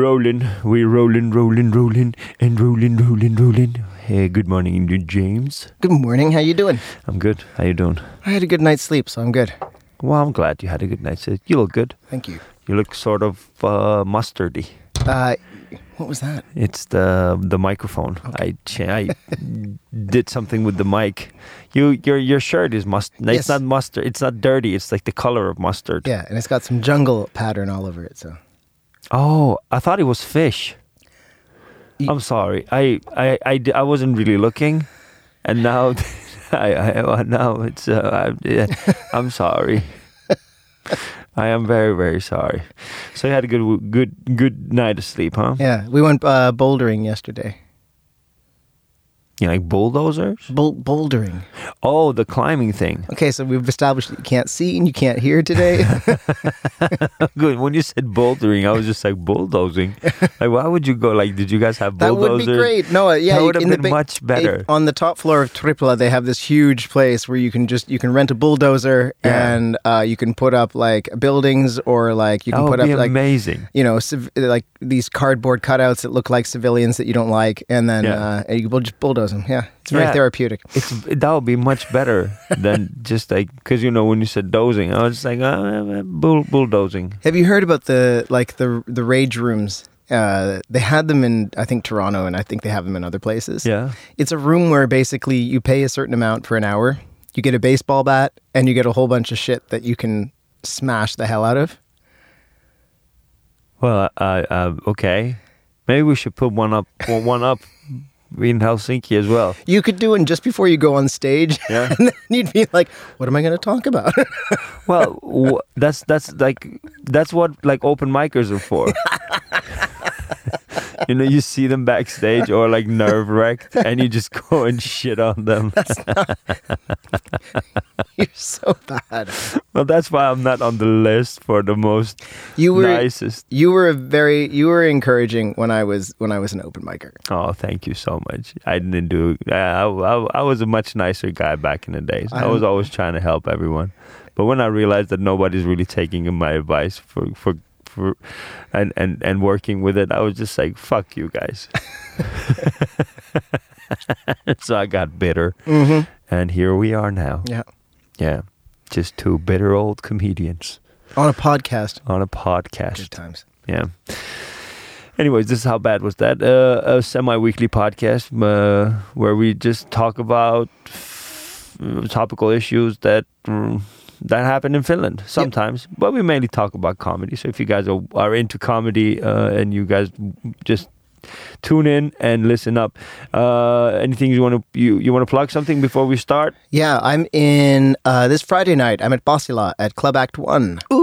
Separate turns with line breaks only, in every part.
Rolling, we're rolling, rolling, rolling, and rolling, rolling, rolling. Hey, good morning, James.
Good morning. How you doing?
I'm good. How you doing?
I had a good night's sleep, so I'm good.
Well, I'm glad you had a good night. sleep. You look good.
Thank you.
You look sort of uh, mustardy.
Uh, what was that?
It's the the microphone. I cha- I did something with the mic. You your your shirt is must. It's
Yes.
not mustard. It's not dirty. It's like the color of mustard.
Yeah, and it's got some jungle pattern all over it. So
Oh, I thought it was fish.
Ye-
I'm sorry. I I, I, d- I wasn't really looking, and now I, I well, now it's uh, I, yeah, I'm sorry. I am very very sorry. So you had a good w- good good night of sleep, huh?
yeah, we went uh, bouldering yesterday.
You like bulldozers?
Bou- bouldering.
Oh, the climbing thing.
Okay, so we've established that you can't see and you can't hear today.
good. When you said bouldering, I was just like bulldozing. like, why would you go? Like, did you guys have
that
bulldozers?
would be great. No, uh, yeah,
That
you-
would have
in the
been
big-
much better.
it- on the top floor of Tripla, they have this huge place where you can just you can rent a bulldozer
Yeah.
and uh, you can put up like buildings or like you
that
can
would
put up
be
like
amazing.
you know, civ- like these cardboard cutouts that look like civilians that you don't like, and then
Yeah.
uh, and you will just bulldoze them. Yeah, it's very
Yeah.
therapeutic.
it's that would be much better than just like because you know when you said dozing, I was just like uh, uh, bull, bulldozing.
Have you heard about the like the the rage rooms? Uh, they had them in I think Toronto, and I think they have them in other places.
Yeah,
it's a room where basically you pay a certain amount for an hour, you get a baseball bat, and you get a whole bunch of shit that you can smash the hell out of.
well, uh, uh, okay, maybe we should put one up, well, one up in Helsinki as well.
You could do one just before you go on stage,
Yeah.
and then you'd be like, "What am I going to talk about?"
Well, w- that's that's like that's what like open micers are for. you know, you see them backstage or like nerve wracked, and you just go and shit on them.
You're so bad.
well, that's why I'm not on the list for the most
You were
nicest.
You were a very you were encouraging when I was when I was an open micer.
Oh, thank you so much. I didn't do. I, I, I was a much nicer guy back in the days. I, was always trying to help everyone, but when I realized that nobody's really taking in my advice for for for, and and and working with it, I was just like, "Fuck you guys." so I got bitter,
Mm-hmm.
and here we are now.
Yeah,
Yeah, just two bitter old comedians
on a podcast.
on a podcast.
Good times.
Yeah. Anyways, this is how bad was that? Uh, a semi-weekly podcast uh, where we just talk about f- topical issues that mm, that happen in Finland sometimes, but we mainly talk about comedy. So if you guys are, are into comedy uh, and you guys just tune in and listen up. Uh, anything you want to you you want to plug something before we start?
Yeah, I'm in uh, this Friday night. I'm at Basila at Club Act One.
Ooh,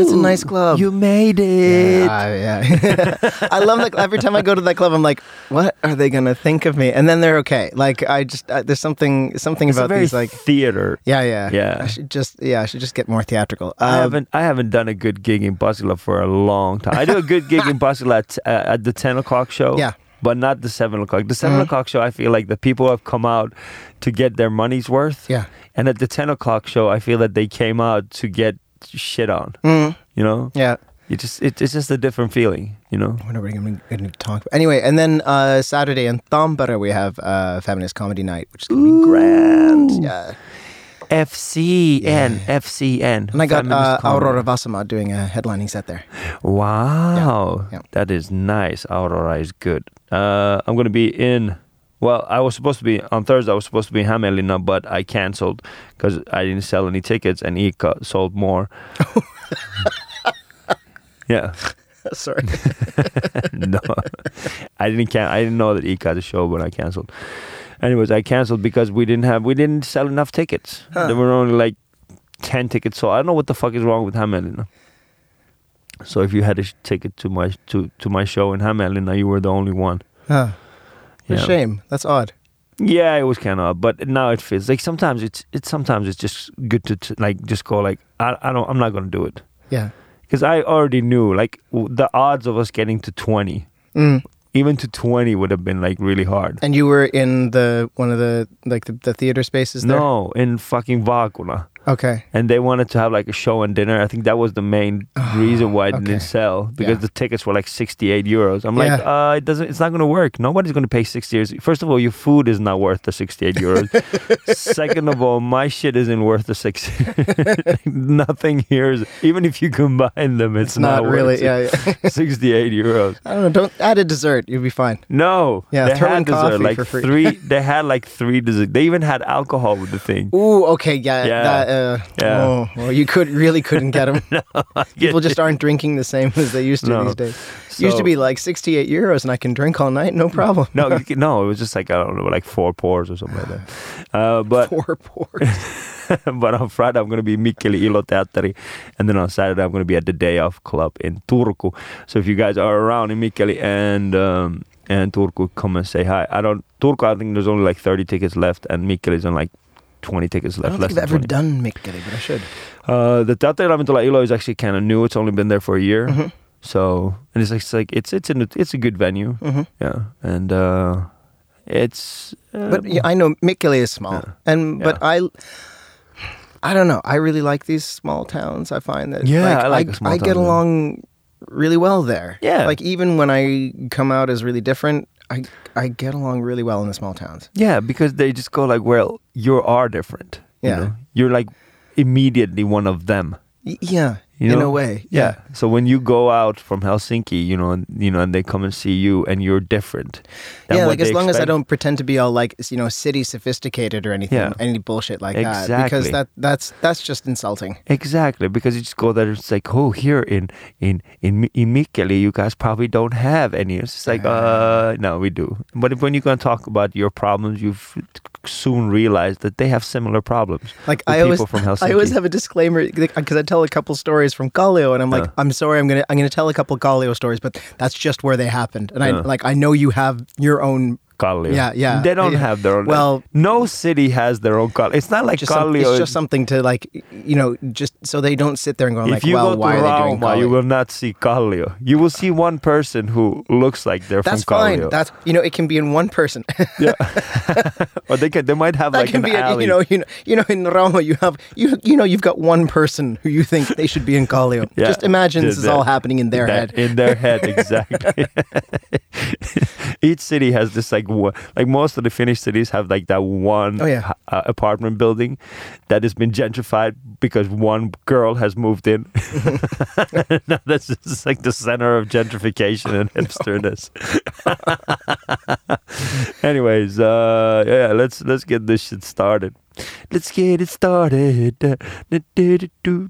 It's a nice club.
You made it.
Yeah, yeah. I love that. Every time I go to that club, I'm like, what are they gonna think of me? And then they're okay. Like I just uh, there's something something
it's a
about
very
these like.
theater.
Yeah, yeah,
Yeah.
I should just, yeah, I should just get more theatrical.
I
Um,
haven't I haven't done a good gig in Basila for a long time. I do a good gig in Basila at, uh, at the ten o'clock show.
Yeah. Uh-huh.
But not the seven o'clock. The 7 o'clock show, I feel like the people have come out to get their money's worth.
Yeah.
And at the ten o'clock show, I feel that they came out to get shit on.
mm,
You know,
yeah.
it just it, it's just a different feeling. You know.
I wonder what I'm going to talk about. Anyway, and then uh, Saturday in Tampere, we have uh, Feminist Comedy Night, which is going to be grand. Yeah.
FCN, FCN.
And I got
Feminist
uh,
comedy.
Aurora Vasama doing a headlining set there.
Wow,
Yeah, yeah.
that is nice. Aurora is good. Uh, I'm gonna be in. Well, I was supposed to be on Thursday. I was supposed to be in Hamelina, but I canceled because I didn't sell any tickets, and Ika sold more. yeah,
Sorry.
no, I didn't. Can- I didn't know that Ika had a show, but I canceled. Anyways, I canceled because we didn't have we didn't sell enough tickets.
Huh.
There were only like ten tickets sold. I don't know what the fuck is wrong with Hamelina. So if you had a sh- ticket to my to to my show in Hamelina, you were the only one.
Huh. What a
Yeah.
shame. That's odd.
Yeah, it was kind of, but now it feels like sometimes it's it's sometimes it's just good to t- like just go like I I don't I'm not gonna do it
Yeah.
because I already knew like w- the odds of us getting to twenty
Mm.
even to 20 would have been like really hard.
And you were in the one of the like the, the theater spaces there.
No, in fucking Vacuna.
Okay.
and they wanted to have like a show and dinner. I think that was the main reason why it
Ah, okay.
didn't sell because the
Yeah.
tickets were like 68 euros. I'm like,
Yeah.
uh, it doesn't, it's not going to work. Nobody's going to pay 60 euros. First of all, your food is not worth the 68 euros. Second of all, my shit isn't worth the 60. Nothing here is, even if you combine them, it's,
It's not, really. Yeah, yeah.
68 euros.
I don't know. Don't add a dessert. You'll be fine.
No,
Yeah,
they
throw
had
in
dessert,
coffee
like
for free.
three. They had like three dessert. They even had alcohol with the thing.
Ooh. Okay. Yeah.
Yeah.
That, uh,
Yeah.
Oh, well, you could really couldn't get them. People just aren't drinking the same as they used to
No.
these days. used
So-
to be like 68 euros, and I can drink all night, no problem.
No, you can- no, it was just like I don't know, like four pours or something like that. Uh, but
Poor, poor.
but on Friday I'm gonna be Mikkeli Ilo Teatteri, and then on Saturday I'm gonna be at the Day Off Club in Turku. So if you guys are around in Mikkeli and um, and Turku, come and say hi. I don't Turku. I think there's only like 30 tickets left, and Mikkeli's on like 20 tickets
I
left.
don't
less
think I've
than 20.
ever done Mikkeli, but I should.
Uh, the Teatteri Ravintola Ilo is actually kind of new. It's only been there for a year.
Mm-hmm.
So and it's like it's like it's it's an, it's a good venue.
Mhm.
Yeah, and uh, it's. Uh,
But yeah, I know Mikkeli is small,
Yeah.
and but
Yeah.
I, I don't know. I really like these small towns. I find that
Yeah, I like a
I,
small
I
town,
get
yeah.
along really well there.
Yeah.
like even when I come out as really different, I I get along really well in the small towns.
Yeah, because they just go like, well, you are different.
Yeah.
You know? You're like immediately one of them.
Y- yeah,
You
in
know?
a way.
So when you go out from Helsinki, you know, and, you know, and they come and see you and you're different. than
yeah,
what
like as
they
long as I
expect.
don't pretend to be all like you know city sophisticated or anything,
Yeah.
any bullshit like that,
Exactly.
because that that's that's just insulting.
Exactly, because you just go there. It's like, oh, here in in in Mi- in Mikkeli, you guys probably don't have any. It's just like, uh, no, we do. But if, when you're gonna talk about your problems, you soon realize that they have similar problems.
Like
the
I always,
people from
I always
Helsinki.
have a disclaimer because I tell a couple stories from Galileo, and I'm like,
Yeah.
I'm sorry, I'm gonna I'm gonna tell a couple Galileo stories, but that's just where they happened, and I
Yeah.
like I know you have your own.
Kallio.
Yeah, yeah.
They don't
Yeah.
have their own.
Well-
no city has their own Kallio. It's not like
Just some,
Kallio.
it's
is-
just something to like, you know, just so they don't sit there and go
if
like,
you
well,
go
why
to
are they
Rauma, you
doing Galileo?
will not see Kallio. You will see one person who looks like they're
That's
from Kallio.
fine. That's you know, it can be in one person.
or they can. They might have
that
like
can
an
be a,
alley.
you know, you know, you know, in Roma you have you you know you've got one person who you think they should be in Galileo.
Yeah.
Just imagine this
Did
is
that-
all happening in their
that-
head.
In their head, exactly. Each city has this like one, like most of the Finnish cities have like that one
Oh, yeah.
h- uh, apartment building that has been gentrified because one girl has moved in.
Mm-hmm.
now that's just like the center of gentrification and hipsterness. Anyways, uh, yeah, let's let's get this shit started. Let's get it started. Da-da-da-da-do.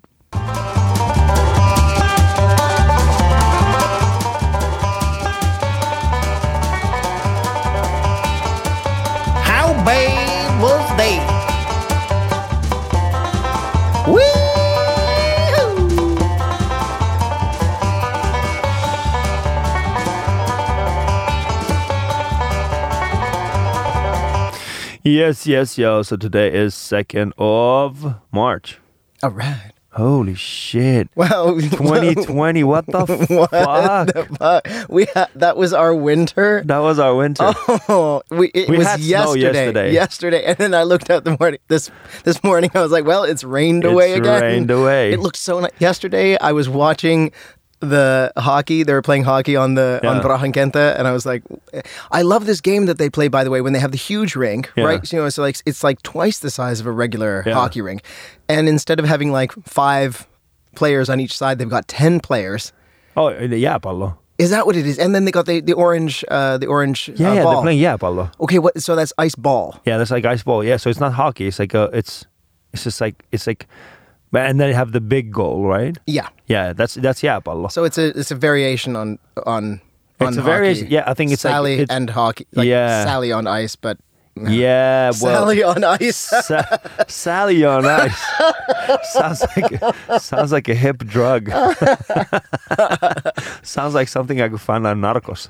How bad was they? Woo!
Yes, yes, yo. So today is 2nd of March.
All right.
Holy shit.
Wow.
2020, what the
What
fuck?
the fuck? uh, We ha- that was our winter.
That was our winter.
Oh, we, it
We
was
had snow
yesterday,
yesterday.
yesterday. and then I looked out the morning this this morning. I was like, "Well, it's rained
It's
away again."
rained away.
It looked so nice. Yesterday, I was watching the hockey. They were playing hockey on the on
Yeah.
Brahankenta, and I was like, "I love this game that they play." By the way, when they have the huge rink,
Yeah.
right? So, you know, so like it's like twice the size of a regular
Yeah.
hockey rink, and instead of having like five players on each side, they've got ten players.
Oh, yeah, Pablo.
Is that what it is? And then they got the, the orange uh, the orange
Yeah,
uh,
yeah,
ball.
they're playing yeah, Pablo.
Okay, what? So that's ice ball.
Yeah, that's like ice ball. Yeah, so it's not hockey. It's like a, it's, it's just like it's like, and then you have the big goal, right?
Yeah.
Yeah, that's that's yeah, Pablo.
So it's a it's a variation on on.
It's
on
a variation-
hockey.
yeah, I think it's like-
Sally
it's-
and hockey. Like
Yeah.
Sally on ice, but
yeah, well,
Sally on ice.
Sa- Sally on ice sounds like sounds like a hip drug. sounds like something I could find on Narcos.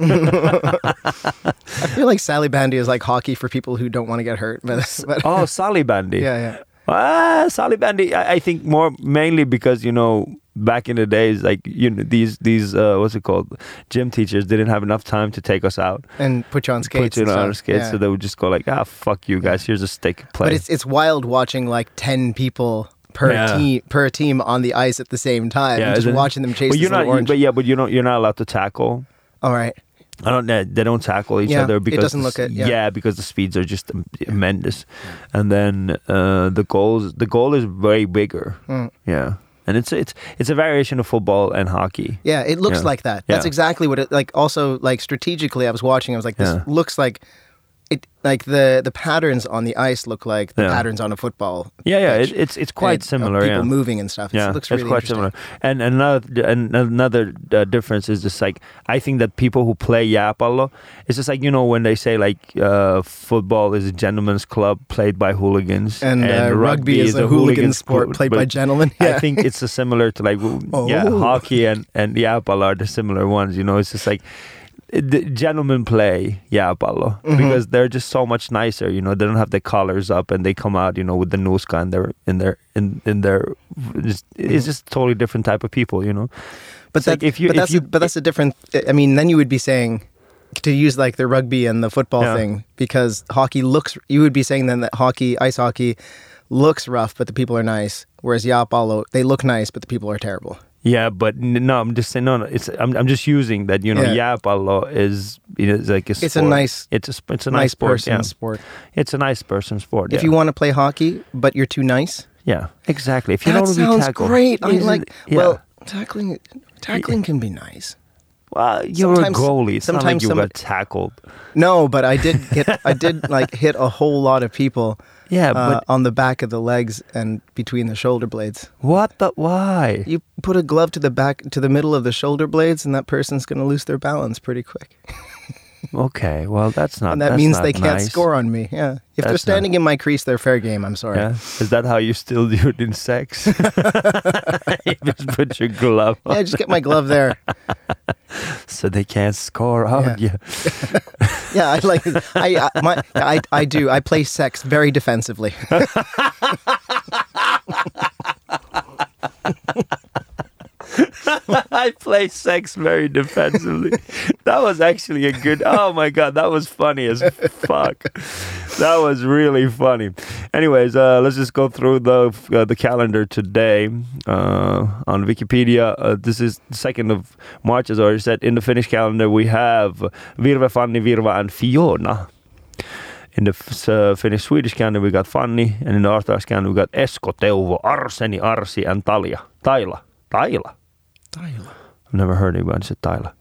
I feel like Sally Bandy is like hockey for people who don't want to get hurt. But, but
oh, Sally Bandy.
yeah, yeah.
Ah, Sally Bandy. I, I think more mainly because you know back in the days, like you know these these uh, what's it called, gym teachers didn't have enough time to take us out.
And put you on skates.
Put you
and
on
stuff.
our skates,
Yeah.
so they would just go like, "Ah, fuck you guys! Here's a stick, play."
but it's it's wild watching like ten people per
Yeah.
team per team on the ice at the same time.
Yeah,
and just
isn't it?
watching them chase
But
this
you're not.
little orange.
But yeah, but you don't. You're not allowed to tackle.
All right.
I don't. They they don't tackle each
Yeah,
other
it
because
doesn't look
the s-
it, yeah.
because the speeds are just tremendous, and then uh, the goals. The goal is way bigger.
Mm.
Yeah, and it's it's it's a variation of football and hockey.
Yeah, it looks
Yeah.
like that. That's
Yeah.
exactly what it like also like strategically I was watching I was like this
Yeah.
looks like it like the the patterns on the ice look like the
Yeah.
patterns on a football.
Yeah, yeah,
pitch.
it, it's it's
And,
quite
uh,
similar.
People
yeah.
moving and stuff.
Yeah,
it looks
it's
really
quite similar.
interesting.
And another and another uh, difference is just like I think that people who play Yapalo, it's just like you know when they say like uh, football is a gentleman's club played by hooligans
And, uh, rugby is a hooligan sport played by gentlemen.
I
Yeah.
think it's a similar to like w-
Oh.
yeah, hockey and and Yapalo are the similar ones. You know, it's just like. The gentlemen play Yapalo
Mm-hmm.
because they're just so much nicer. You know, they don't have their collars up and they come out, you know, with the nuska in their in their in in their. Just, It's just totally different type of people. You know,
But
It's like
that,
if you-
but
if
that's a,
you-
but that's a different. I mean, then you would be saying to use like the rugby and the football
Yeah.
thing because hockey looks. You would be saying then that hockey, ice hockey, looks rough, but the people are nice. Whereas Yapalo, they look nice, but the people are terrible.
Yeah, but n- no, I'm just saying no, no. It's I'm I'm just using that. You know,
Yeah.
yeah. Yapalo is it is like a. Sport.
It's a nice-
It's a sp- it's a nice, sport.
person
yeah.
sport.
It's a nice person sport.
If
yeah.
you want to play hockey, but you're too nice,
yeah, exactly. If you
that
don't really
sounds
tackle,
great. I
Isn't-
like.
yeah.
Well, tackling tackling can be nice.
well, you're a
sometimes-
goalie. It's not like
sometimes
you
somebody-
got tackled.
No, but I did get. I did like hit a whole lot of people.
Yeah,
uh,
but
on the back of the legs and between the shoulder blades.
what the why?
You put a glove to the back to the middle of the shoulder blades, and that person's going to lose their balance pretty quick.
Okay, well that's not.
And that
Uh, that's
means
not
they can't
nice.
score on me. Yeah, if they're
That's not-
standing in my crease, they're fair game. I'm sorry.
Yeah, is that how you still do it in sex? you just put your glove on
Yeah, just get my glove there.
so they can't score Oh, on
Yeah.
you.
Yeah, I like. I I, my, I I do. I play sex very defensively.
I play sex very defensively. that was actually a good. Oh my god, that was funny as fuck. That was really funny. Anyways, uh, let's just go through the uh, the calendar today uh, on Wikipedia. Uh, this is the second of March, as I already said. In the Finnish calendar, we have Virve, Fanny, Virva, and Fiona. In the f- uh, Finnish Swedish calendar, we got Fanny, and in the Orthodox calendar, we got Esko, Teuvo, Arseni, Arsi, and Talia. Taila. Taila. I've never heard anyone say Tyler.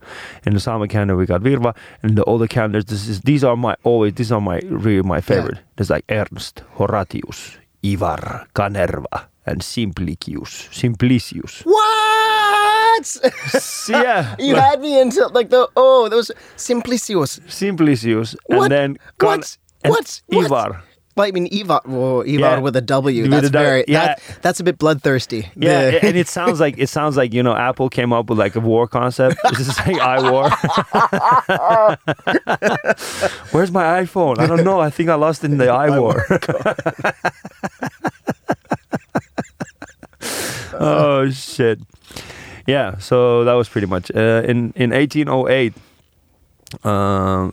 In the Sama calendar, we got Virva. In the older calendars, this is these are my always these are my really my favorite. There's like Ernst, Horatius, Ivar, Canerva, and Simplicius. Simplicius.
What?
S- yeah.
you
like
had me until like the oh those simplicios.
Simplicius.
What?
And then
What?
and
What? What?
Ivar.
Well, I mean, Ivar, whoa, Ivar
Yeah.
with a W.
With
That's
a W,
very,
yeah.
that, that's a bit bloodthirsty.
Yeah,
The-
and it sounds like it sounds like you know Apple came up with like a war concept. It's just like I war. Where's my iPhone? I don't know. I think I lost it in the I war. oh shit! Yeah, so that was pretty much uh, in in 1808. Um,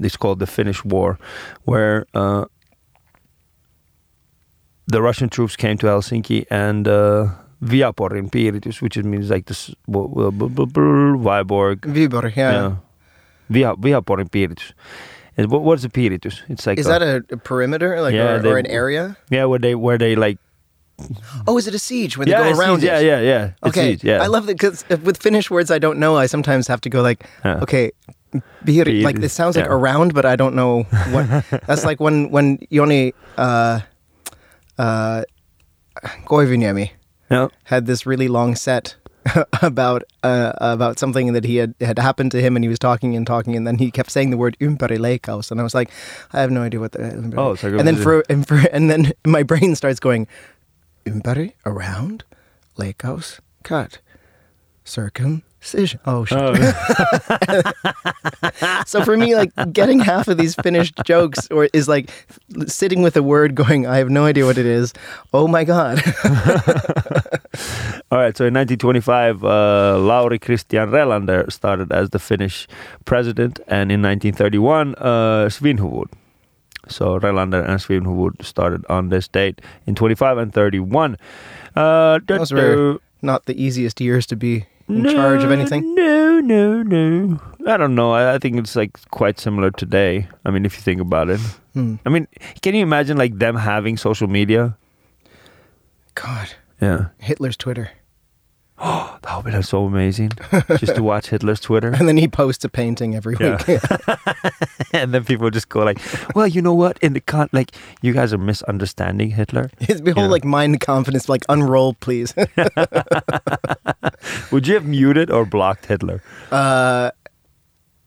it's called the Finnish War, where uh, the Russian troops came to Helsinki and uh, Viaporin Piiritus, which it means like this w- w- b- b- b- Viborg.
Vibor, yeah.
Via Viaporin Piiritus. And what what's a Piiritus? It's like
Is that a, a perimeter, like,
Yeah,
or,
they-
or an area?
yeah where they where they like
Oh, is it a siege when
yeah
they
it's
go around?
siege, yeah
it?
yeah yeah it's
Okay,
siege, yeah
I love that because with Finnish words I don't know, I sometimes have to go like,
Yeah.
okay, biiri,
Biiri,
like this sounds like
yeah.
around, but I don't know what. that's like when when Yoni uh, uh, Koivuniemi
no
had this really long set about uh, about something that he had had happened to him, and he was talking and talking, and then he kept saying the word "ympärileikkaus," and I was like, I have no idea what the. uh,
Oh, it's like-
and then for, and for and then my brain starts going, "ympäri around, leikkaus cut, circumcision." Oh shit!
oh,
so for me, like getting half of these finished jokes, or is like sitting with a word going, "I have no idea what it is." Oh my god!
all right so in 1925 uh, Lauri Christian Relander started as the Finnish president and in 1931 uh, Svinhuvud So Relander and Swedenhood started on this date in 25 and 31. Uh,
Those were not the easiest years to be in charge of anything.
No, no, no. I don't know. I, I think it's like quite similar today. I mean, if you think about it.
Hmm.
I mean, can you imagine like them having social media?
God,
Yeah.
Hitler's Twitter.
That would be like, so amazing. just to watch Hitler's Twitter.
And then he posts a painting every week.
and then people just go like, well, you know what? In the con, like, you guys are misunderstanding Hitler.
His whole
Yeah.
like mind confidence, like unroll, please.
Would you have muted or blocked Hitler?
uh,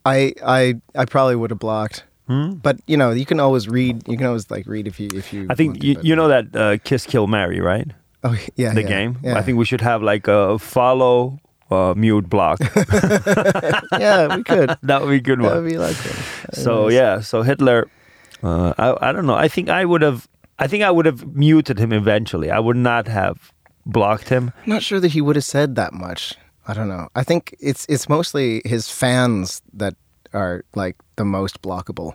I I I probably would have blocked,
Hmm?
but you know you can always read. You can always like read if you if you.
I think
want to,
you,
but-
you know that uh, Kiss Kill Marry, right?
Oh yeah,
The
yeah,
game.
Yeah.
I think we should have like a follow, uh, mute, block.
yeah, we could.
that would be a good
that
one.
would be like. that.
so
Anyways.
yeah, so Hitler. Uh, I I don't know. I think I would have. I think I would have muted him eventually. I would not have blocked him.
I'm not sure that he would have said that much. I don't know. I think it's it's mostly his fans that are like the most blockable.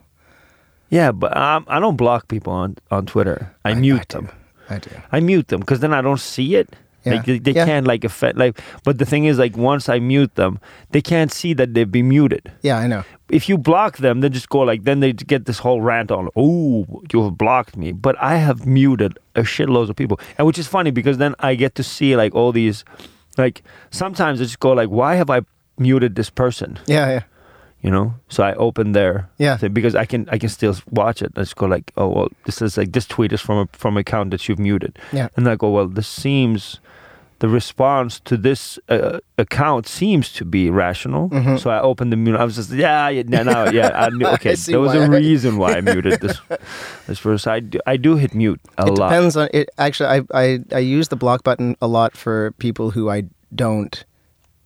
Yeah, but um, I don't block people on on Twitter. I, mute
I
them.
do. I do.
I mute them because then I don't see it.
Yeah.
Like they, they
Yeah.
can't like affect like. But the thing is, like once I mute them, they can't see that they've been muted.
Yeah, I know.
if you block them, they just go like, then they get this whole rant on, oh, you have blocked me. But I have muted a shitload of people. And which is funny because then I get to see like all these, like sometimes I just go like, why have I muted this person?
Yeah, yeah.
You know? So I open there.
Yeah.
thing Because I can I can still watch it. I just go like, oh, well, this is like, this tweet is from a from an account that you've muted.
Yeah.
And I go, well, this seems, the response to this uh, account seems to be rational. So I opened the mute. I was just, yeah, yeah, no, no, yeah. I knew,
Mm-hmm. I
okay,
see
there was
why.
a reason why I muted this. This first, I do, I do hit mute a
it
lot.
depends on it. Actually, I, I I use the block button a lot for people who I don't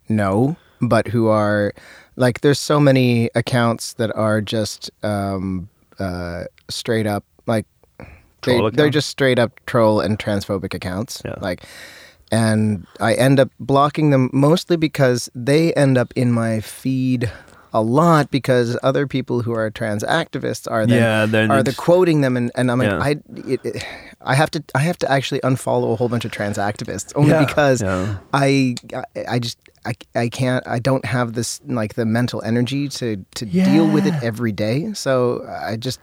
know, but who are like there's so many accounts that are just um, uh, straight up like they,
Troll
they're
accounts?
just straight up troll and transphobic accounts.
Yeah.
Like, and I end up blocking them mostly because they end up in my feed. A lot because other people who are trans activists are then
Yeah, then
are the
it's-
quoting them and, and I'm like
Yeah.
I it, it, I have to I have to actually unfollow a whole bunch of trans activists only
Yeah.
because
Yeah.
I, I I just I, I can't I don't have this like the mental energy to to deal with it
Yeah.
every day so I just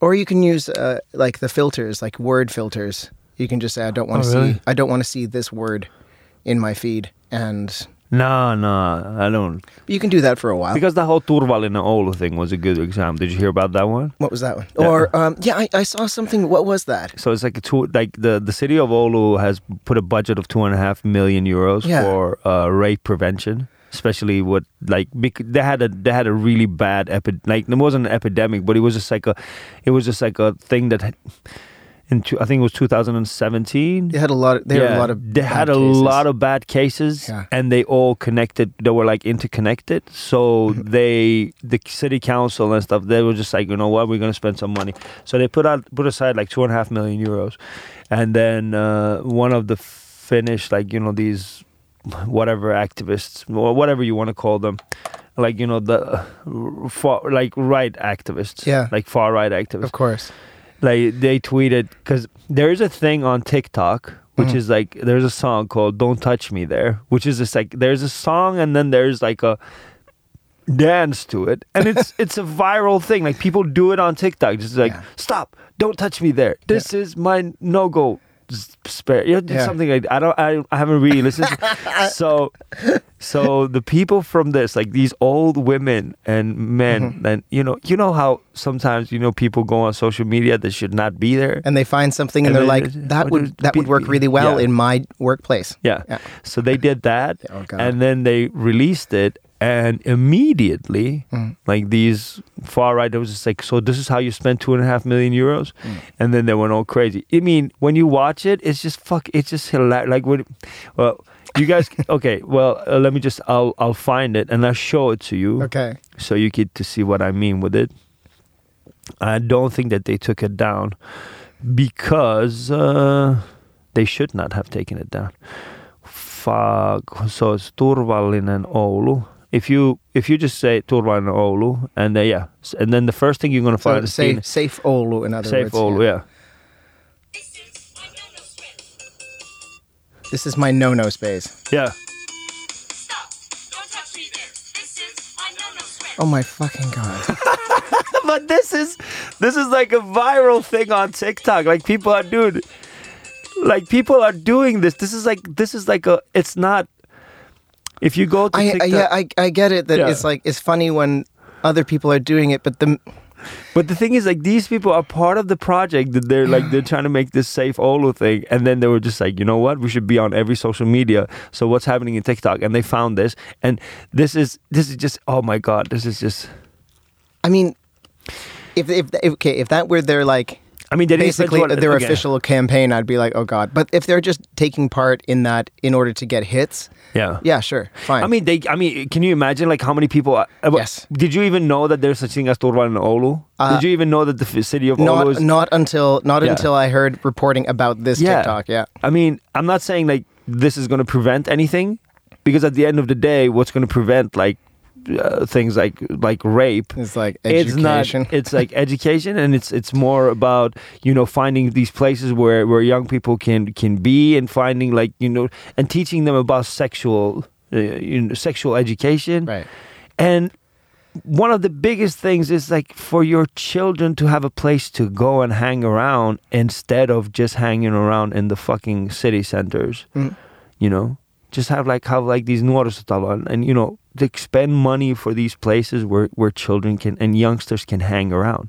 or you can use uh, like the filters like word filters you can just say I don't want to
Oh,
see
really?
I don't want to see this word in my feed and
No, no, I don't.
you can do that for a while
Because the whole Turvalin Oulu thing was a good example. Did you hear about that one?
what was that one or um, yeah I, I saw something what was that
So it's like a two, like the the city of Oulu has put a budget of two and a half million euros
Yeah.
for uh, rape prevention, especially with like bec- they had a they had a really bad epi- like it wasn't an epidemic, but it was just like a it was just like a thing that had- in two, I think it was 2017.
they had a lot of, they had a
Yeah,
lot of
they
bad
had a
cases.
lot of bad cases
Yeah.
and they all connected they were like interconnected so
Mm-hmm.
they the city council and stuff they were just like you know what we're gonna spend some money so they put out put aside like two and a half million euros and then uh, one of the finnish like you know these whatever activists or whatever you want to call them like you know the uh, far like right activists
Yeah.
like far right activists
Of course.
like they tweeted because there is a thing on TikTok which
Mhm.
is like there's a song called "Don't Touch Me" there, which is just like there's a song and then there's like a dance to it, and it's it's a viral thing. Like people do it on TikTok, just like
Yeah.
stop, don't touch me there. This is my no go spare you know,
Yeah.
something like i don't I, I haven't really listened to- so so the people from this like these old women and men and you know you know how sometimes you know people go on social media that should not be there
And they find something and
And
they're
they
like,
just-
that
what
would
is
that would work
BB?
really well
Yeah.
in my workplace.
Yeah.
Yeah.
So they did that,
Yeah, oh God.
and then they released it, and immediately, like these far right, they was just like, "So this is how you spend two and a half million euros," and then they went all crazy. I mean, when you watch it, it's just fuck. It's just hilarious. Like, what? Well, you guys. okay. Well, uh, let me just. I'll I'll find it and I'll show it to you
Okay.
so you get to see what I mean with it. I don't think that they took it down because uh, they should not have taken it down. Fuck. So it's Turvallinen Oulu, if you if you just say Turvainolu and then yeah, s- and then the first thing you're gonna
So
find is
safe,
Teen-
safe Oulu, in other
safe
words.
Oulu. Yeah.
This is my no-no space.
yeah,
Oh my fucking god.
But this is this is like a viral thing on TikTok. Like people are dude, like people are doing this. This is like this is like a. It's not. If you go to
I, I
TikTok,
yeah, I I get it that
Yeah.
it's like it's funny when other people are doing it, but the
But the thing is, like, these people are part of the project. That they're like they're trying to make this safe Olu thing, and then they were just like, you know what? We should be on every social media. So what's happening in TikTok? And they found this, and this is this is just oh my god, this is just.
I mean, if if, if okay, if that were their like
I mean, they didn't spend
basically
what-
their
okay.
official campaign, I'd be like, oh god. But if they're just taking part in that in order to get hits,
Yeah.
yeah, sure, fine.
I mean, they. I mean, can you imagine like how many people? Are, uh,
Yes.
Did you even know that there's such thing as Torval and Oulu?
Uh,
did you even know that the f- city of
not
Oulu is
not until not
Yeah.
until I heard reporting about this
Yeah.
TikTok. Yeah,
I mean, I'm not saying like this is going to prevent anything, because at the end of the day, what's going to prevent like uh, things like like rape?
it's like
It's
education.
not. It's like education, and it's it's more about you know finding these places where where young people can can be, and finding like you know and teaching them about sexual uh, you know, sexual education,
right.
and one of the biggest things is like for your children to have a place to go and hang around instead of just hanging around in the fucking city centers.
Mm.
You know, just have like have like these nuorisotalon and you know to spend money for these places where where children can and youngsters can hang around.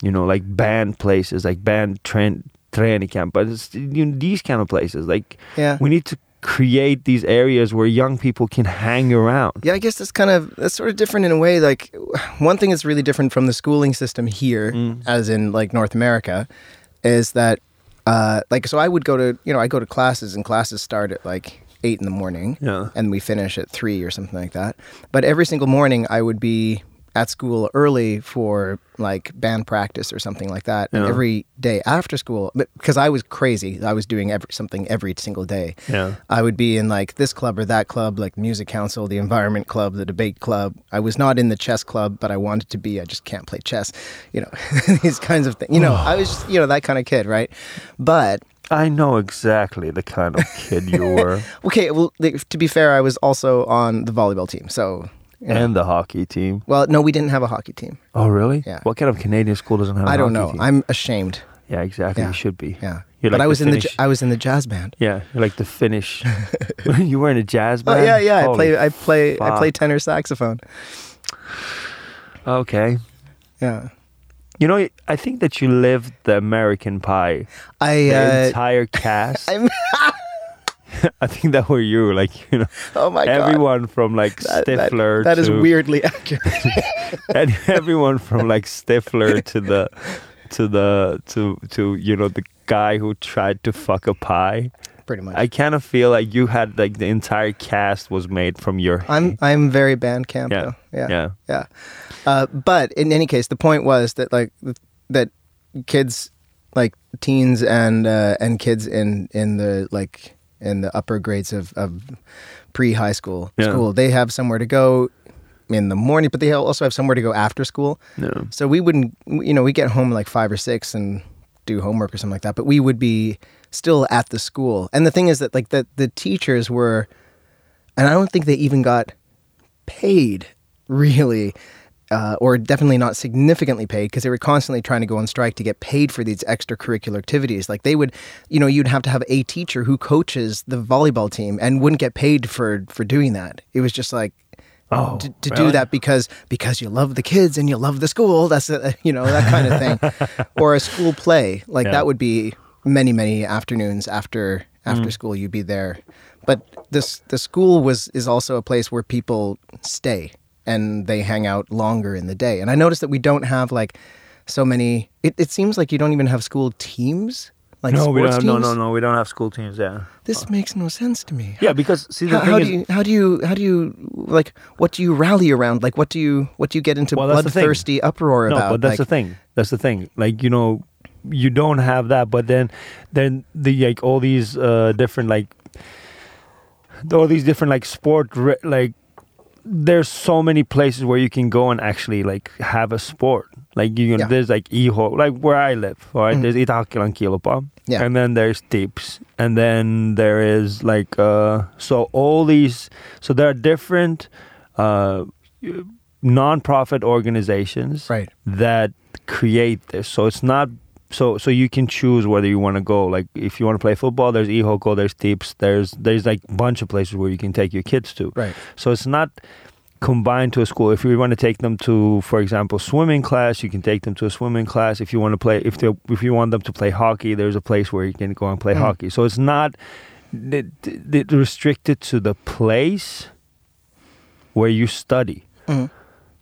You know, like band places, like band train training camp, but it's you know, these kind of places. Like
Yeah.
we need to create these areas where young people can hang around.
Yeah, I guess that's kind of that's sort of different in a way. Like, one thing that's really different from the schooling system here,
Mm.
as in like North America, is that uh, like so I would go to you know I go to classes and classes start at like eight in the morning,
Yeah.
and we finish at three or something like that. But every single morning I would be at school early for like band practice or something like that. And
Yeah.
every day after school, but because I was crazy, I was doing every, something every single day.
Yeah.
I would be in like this club or that club, like music council, the environment club, the debate club. I was not in the chess club, but I wanted to be. I just can't play chess, you know, these kinds of things. You know, I was just, you know, that kind of kid, right? But
I know exactly the kind of kid you were,
okay, well, like, to be fair, I was also on the volleyball team. So, you know.
and the hockey team.
well, no, we didn't have a hockey team.
Oh, really?
Yeah.
What kind of Canadian school doesn't have? I
I don't know.
Team?
I'm ashamed.
yeah, exactly.
Yeah.
You should be.
Yeah.
You're
but
like
I
the
was in the
Finnish-
I was in the jazz band.
Yeah, you're like the Finnish. you were in a jazz
Oh
band.
yeah, yeah. I
Holy
play I play I play
fuck.
tenor saxophone.
Okay.
Yeah.
You know, I think that you lived the American Pie.
I
The
uh,
entire cast.
I'm-
I think that were you. Like you know,
oh my god.
everyone from like
That- that-
Stifler.
that is
to-
weirdly accurate.
and everyone from like Stifler to the to the to to you know the guy who tried to fuck a pie.
Pretty much.
I kind of feel like you had like the entire cast was made from your.
I'm I'm very Bandcamp
Yeah.
though. Yeah.
Yeah.
Yeah. Uh, but in any case, the point was that like th- that kids, like teens and uh, and kids in in the like in the upper grades of, of pre high school
Yeah.
school, they have somewhere to go in the morning, but they also have somewhere to go after school.
No.
So we wouldn't, you know, we get home like five or six and do homework or something like that. But we would be still at the school. And the thing is that like the the teachers were, and I don't think they even got paid really, uh, or definitely not significantly paid because they were constantly trying to go on strike to get paid for these extracurricular activities. Like they would, you know, you'd have to have a teacher who coaches the volleyball team and wouldn't get paid for for doing that. It was just like.
Oh,
to, to do
really?
that because because you love the kids and you love the school. That's a, you know that kind of thing, or a school play like
Yeah.
that would be many many afternoons after after
Mm.
school. You'd be there, but this the school was is also a place where people stay and they hang out longer in the day. And I noticed that we don't have like so many. It, it seems like you don't even have school teams. Like
No,
sports
we don't. Have,
teams.
no, no, no. We don't have school teams. Yeah.
This makes no sense to me
Yeah, because see the thing
how, how
is,
do you how do you how do you like what do you rally around like what do you what do you get into
Well, that's the thing.
bloodthirsty uproar
no,
about
but that's the
like,
thing. That's the thing. Like you know, you don't have that, but then then the like all these uh different like all these different like sport re- like there's so many places where you can go and actually like have a sport. Like you know,
Yeah. Mm.
there's like Iho, like where I live, all right? There's Itahakilan Kilpa.
Yeah.
And then there's Tips. And then there is like uh so all these so there are different uh nonprofit organizations
Right.
that create this. So it's not so so you can choose whether you want to go. Like if you want to play football, there's Ihoko, there's Tips, there's there's like a bunch of places where you can take your kids to.
Right.
So it's not combined to a school. If you want to take them to, for example, swimming class, you can take them to a swimming class. If you want to play, if they if you want them to play hockey, there's a place where you can go and play
Mm.
hockey. So it's not th- th- th- restricted to the place where you study.
Mhm.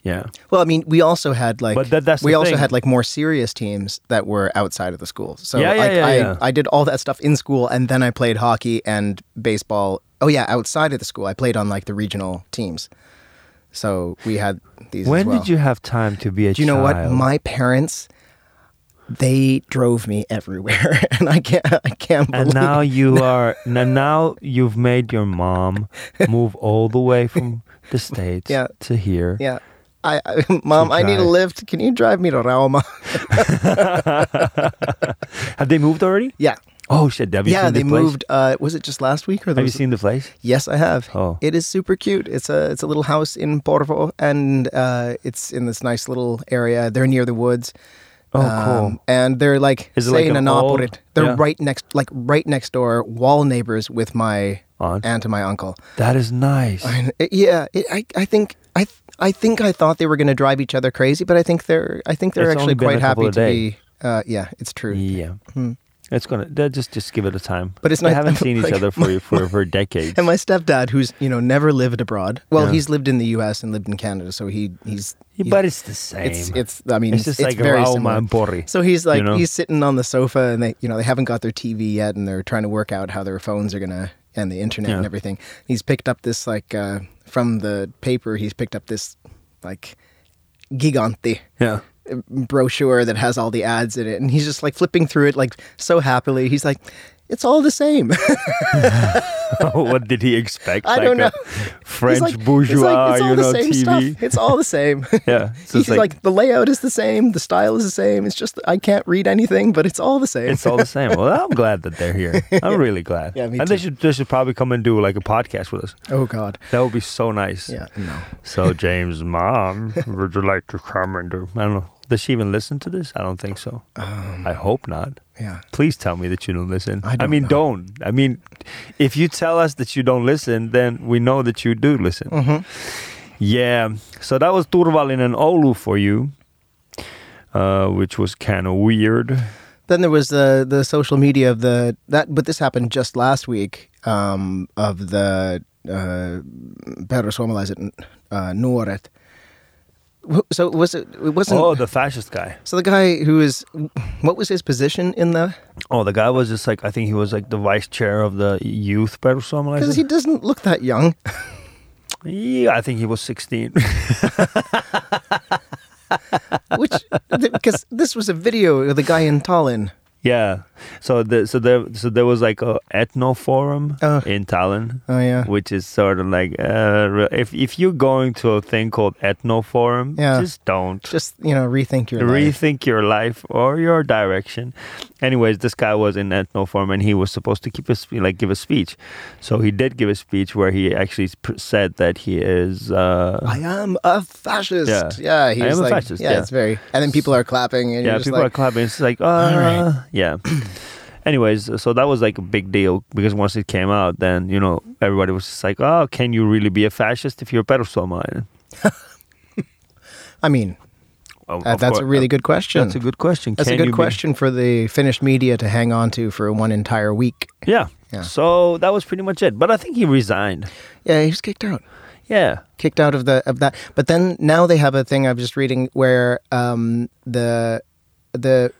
Yeah,
Well, I mean, we also had like
But that- that's the
we also
thing.
had like more serious teams that were outside of the school. So
Yeah, yeah,
like,
yeah,
I,
yeah.
I did all that stuff in school and then I played hockey and baseball. Oh yeah, outside of the school. I played on like the regional teams. So we had these as
When
well.
did you have time to be a
Do you know what?
child?
My parents they drove me everywhere and I can't I can't
and
believe
now you are now, now you've made your mom move all the way from the states
Yeah.
to here.
Yeah. I, I mom, I need a
drive.
lift. Can you drive me to Rauma?
Have they moved already?
yeah.
Oh shit! Have you
Yeah,
seen
they
the place?
moved uh was it just last week or the
Have you seen the place?
Yes, I have.
Oh.
It is super cute. It's a it's a little house in Porvo, and uh, it's in this nice little area. They're near the woods.
Oh,
Um,
cool.
And they're like
Is it
say
like an
in Annapolis.
old-
They're
yeah.
right next, like right next door, wall neighbors with my
On.
aunt and my uncle.
That is nice.
And it- yeah, it, I I think I th- I think I thought they were going to drive each other crazy, but I think they're I think they're
It's only
actually
been
quite
a couple
happy
of
to
days.
be. Uh, yeah, it's true.
Yeah. It's gonna. They'll just just give it a time.
Hmm. But it's
they
nice-
haven't seen each
like,
other for for for decades.
And my stepdad, who's you know never lived abroad. Well,
Yeah.
he's lived in the U.S. and lived in Canada, so he he's
Yeah, but it's the same.
It's it's. I mean,
It's
it's,
just
it's
like "Oh,
very
Rauma
similar.
and Borri,
So he's like
you know?
he's sitting on the sofa, and they you know they haven't got their TV yet, and they're trying to work out how their phones are gonna and the internet
Yeah.
and everything. He's picked up this like uh, from the paper. He's picked up this like gigante uh,
yeah.
brochure that has all the ads in it, and he's just like flipping through it like so happily. He's like. It's all the same.
what did he expect?
I
like
don't
a
know.
French
He's like, it's like,
bourgeois,
it's all
you
the
know,
same
TV.
Stuff. It's all the same.
Yeah. So
he's
it's
like, the layout is the same, the style is the same. It's just I can't read anything, but it's all the same.
It's all the same. Well, I'm glad that they're here. I'm really glad.
Yeah, me
and they
too.
should they should probably come and do like a podcast with us.
oh God.
That would be so nice.
Yeah, no.
So James' mom, would you like to come and do? I don't know. Does she even listen to this? I don't think so. I hope not.
Um, Yeah.
Please tell me that you don't listen.
I don't
mean,
know.
don't. I mean, if you tell us that you don't listen, then we know that you do listen.
Mm-hmm.
Yeah. So that was Turvalin and Oulu for you, uh, which was kind of weird.
Then there was the the social media of the that, but this happened just last week. Um, of the uh, Pedro Suomalaiset uh, nuoret. Wh- So was it? It wasn't.
Oh, the fascist guy.
so the guy who is, what was his position in the?
Oh, the guy was just like I think he was like the vice chair of the youth
Because he
Perussuomalaiset.
doesn't look that young.
Yeah, I think he was sixteen.
Which because this was a video of the guy in Tallinn.
yeah. So the so there so there was like a ethno forum
Oh.
in Tallinn.
Oh yeah.
Which is sort of like uh, re- if if you're going to a thing called ethno forum,
Yeah.
just don't
Just you know, rethink your life.
rethink your life or your direction. Anyways, this guy was in ethno form and he was supposed to keep his like give a speech. So he did give a speech where he actually pr- said that he is. Uh,
I am a fascist. Yeah,
I
he's
am a
like,
fascist,
Yeah,
yeah.
it's very. And then people are clapping, and
yeah,
you're just
people
like,
are clapping. It's like, uh,
right.
yeah. Anyways, so that was like a big deal because once it came out, then you know everybody was just like, "Oh, can you really be a fascist if you're a persona?"
I mean,
Well,
uh,
of
that's
cour-
a really good question.
That's a good question.
That's a
Can
good
you be-
question for the Finnish media to hang on to for one entire week.
yeah.
Yeah.
So that was pretty much it. But I think he resigned.
Yeah, he was kicked out.
Yeah.
Kicked out of the of that. But then now they have a thing I'm just reading where um, the the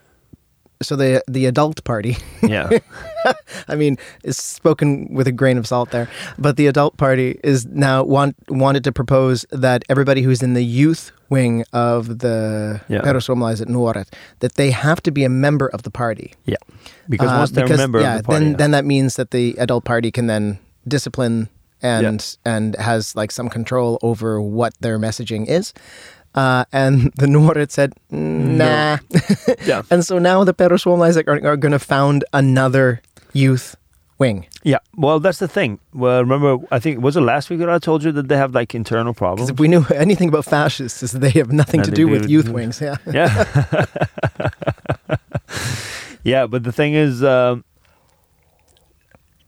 so the the adult party.
Yeah.
I mean, it's spoken with a grain of salt there. But the adult party is now want wanted to propose that everybody who's in the youth wing of the
Yeah.
Perussuomalaiset Nuoret that they have to be a member of the party.
Yeah, because
Uh,
once they're a member
yeah,
of the party,
then
yeah.
then that means that the adult party can then discipline and and has like some control over what their messaging is. Uh, and the Nuoret said, nah.
Yeah.
and so now the Perros Womlisek are, are going to found another youth wing.
Yeah. Well, that's the thing. Well, remember, I think was it last week that I told you that they have like internal problems.
Because if we knew anything about fascists, is they have nothing to
Nothing
do
to
with
do-
youth wings. Yeah.
yeah. yeah, but the thing is, um,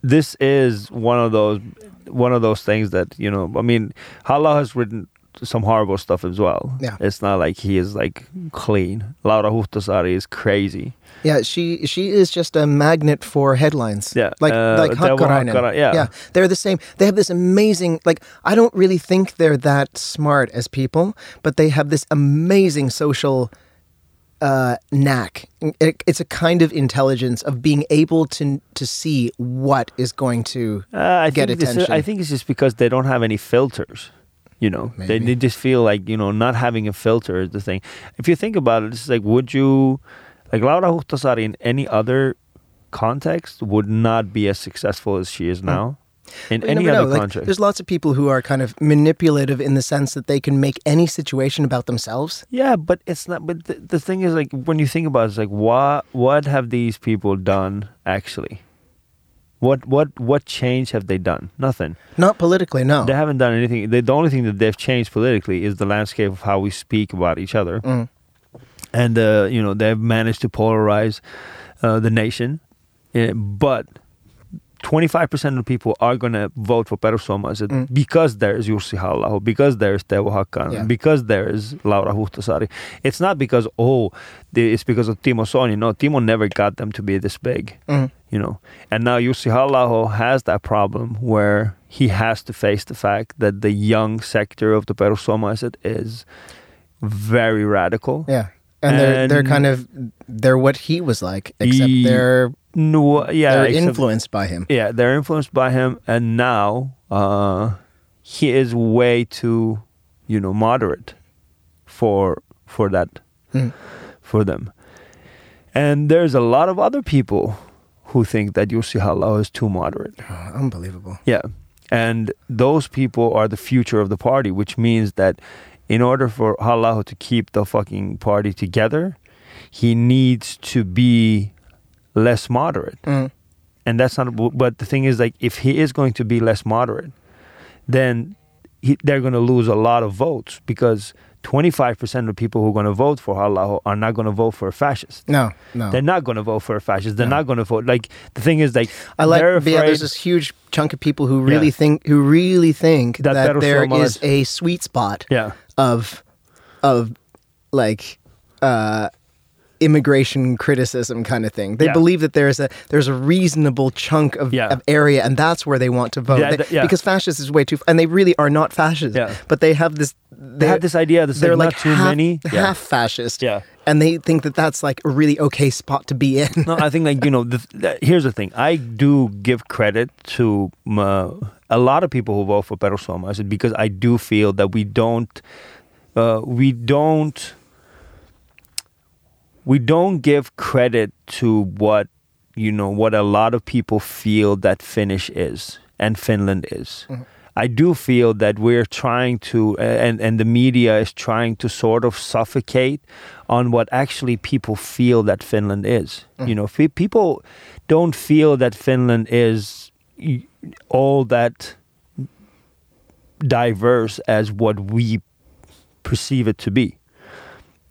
this is one of those one of those things that you know. I mean, Allah has written some horrible stuff as well.
Yeah.
it's not like he is like clean. Laura Huhtasari is crazy.
Yeah, she she is just a magnet for headlines.
Yeah,
like
uh,
like
Teuvo
Hakkarainen.
Hakkara- yeah.
they're the same. They have this amazing like I don't really think they're that smart as people, but they have this amazing social uh, knack. It, it's a kind of intelligence of being able to to see what is going to.
Uh, I
Get
think this is-
attention.
I think it's just because they don't have any filters. You know, they,
Maybe.
they just feel like you know not having a filter is the thing. If you think about it, it's like would you like Laura Huhtasari in any other context would not be as successful as she is now in
Hmm. You
any
never know.
other
Like,
context.
there's lots of people who are kind of manipulative in the sense that they can make any situation about themselves.
Yeah, but it's not. But the, the thing is, like, when you think about it, it's like, what what have these people done actually? What what what change have they done? Nothing.
Not politically, no.
They haven't done anything. The, the only thing that they've changed politically is the landscape of how we speak about each other,
Mm.
and uh, you know they've managed to polarize uh, the nation. Uh, but twenty five percent of the people are going to vote for Perusoma
Mm.
because there is Yursi Halaho, because there is Teuvo Hakkarainen,
Yeah.
because there is Laura Huhtasari. It's not because oh, the, it's because of Timo Soni. No, Timo never got them to be this big
Mm.
you know. And now Jussi Hallaho has that problem where he has to face the fact that the young sector of the Perusoma as it is very radical.
Yeah. And, they're they're
And-
kind of they're what he was like, except
Ye-
they're
No, yeah,
they're
except-
influenced by him.
Yeah, they're influenced by him, and now uh, he is way too, you know, moderate for for that
Mm.
for them. And there's a lot of other people who think that Jussi Hallaho is too moderate.
Oh, unbelievable.
Yeah. And those people are the future of the party, which means that in order for Halahu to keep the fucking party together, he needs to be less moderate.
Mm.
And that's not, but the thing is, like, if he is going to be less moderate, then he, they're going to lose a lot of votes because 25% of the people who are going to vote for Halahu are not going to vote for a fascist.
No, no.
They're not going to vote for a fascist. They're
No.
not going to vote. Like, the thing is, like,
I like
they're
yeah,
afraid-
there's this huge chunk of people who really
Yeah.
think who really think
That
that,
Perus
there
Romanes-
is a sweet spot
yeah.
of of like uh immigration criticism kind of thing. They
Yeah.
believe that there's a there's a reasonable chunk of,
Yeah.
of area and that's where they want to vote.
Yeah,
They-
th- yeah.
Because fascists is way too and they really are not fascists.
Yeah.
But they have this they
they had this idea that
they're like
not too
half,
many.
half fascist.
Yeah.
And they think that that's like a really okay spot to be in.
No, I think like you know. The, the, here's the thing. I do give credit to um, uh, a lot of people who vote for Perusoma. I said because I do feel that we don't, uh, we don't, we don't give credit to what you know what a lot of people feel that Finnish is and Finland is. I do feel that we're trying to, and and the media is trying to sort of suffocate on what actually people feel that Finland is. You know, fe- people don't feel that Finland is y- all that diverse as what we perceive it to be.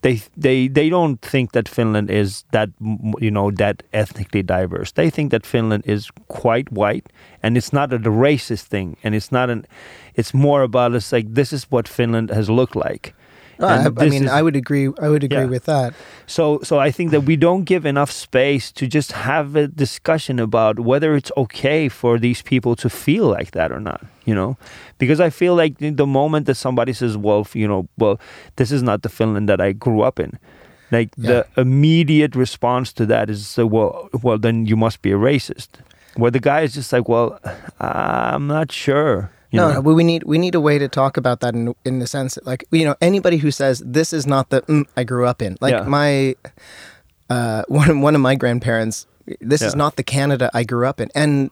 They they they don't think that Finland is that m- you know that ethnically diverse. They think that Finland is quite white, and it's not a racist thing, and it's not an. It's more about it's like this is what Finland has looked like.
Ah, I,
And
I
this
mean,
is-
I would agree. I would agree
Yeah.
with that.
so, so I think that we don't give enough space to just have a discussion about whether it's okay for these people to feel like that or not. You know, because I feel like the the moment that somebody says, "Well, f- you know, well, this is not the Finland that I grew up in," like the immediate response to that is, uh, "Well, well, then you must be a racist." Where the guy is just like, "Well, I'm not sure." You
no,
know?
no, but we need we need a way to talk about that in in the sense that, like you know anybody who says this is not the mm, I grew up in like
Yeah.
my uh one one of my grandparents this is
Yeah.
not the Canada I grew up in and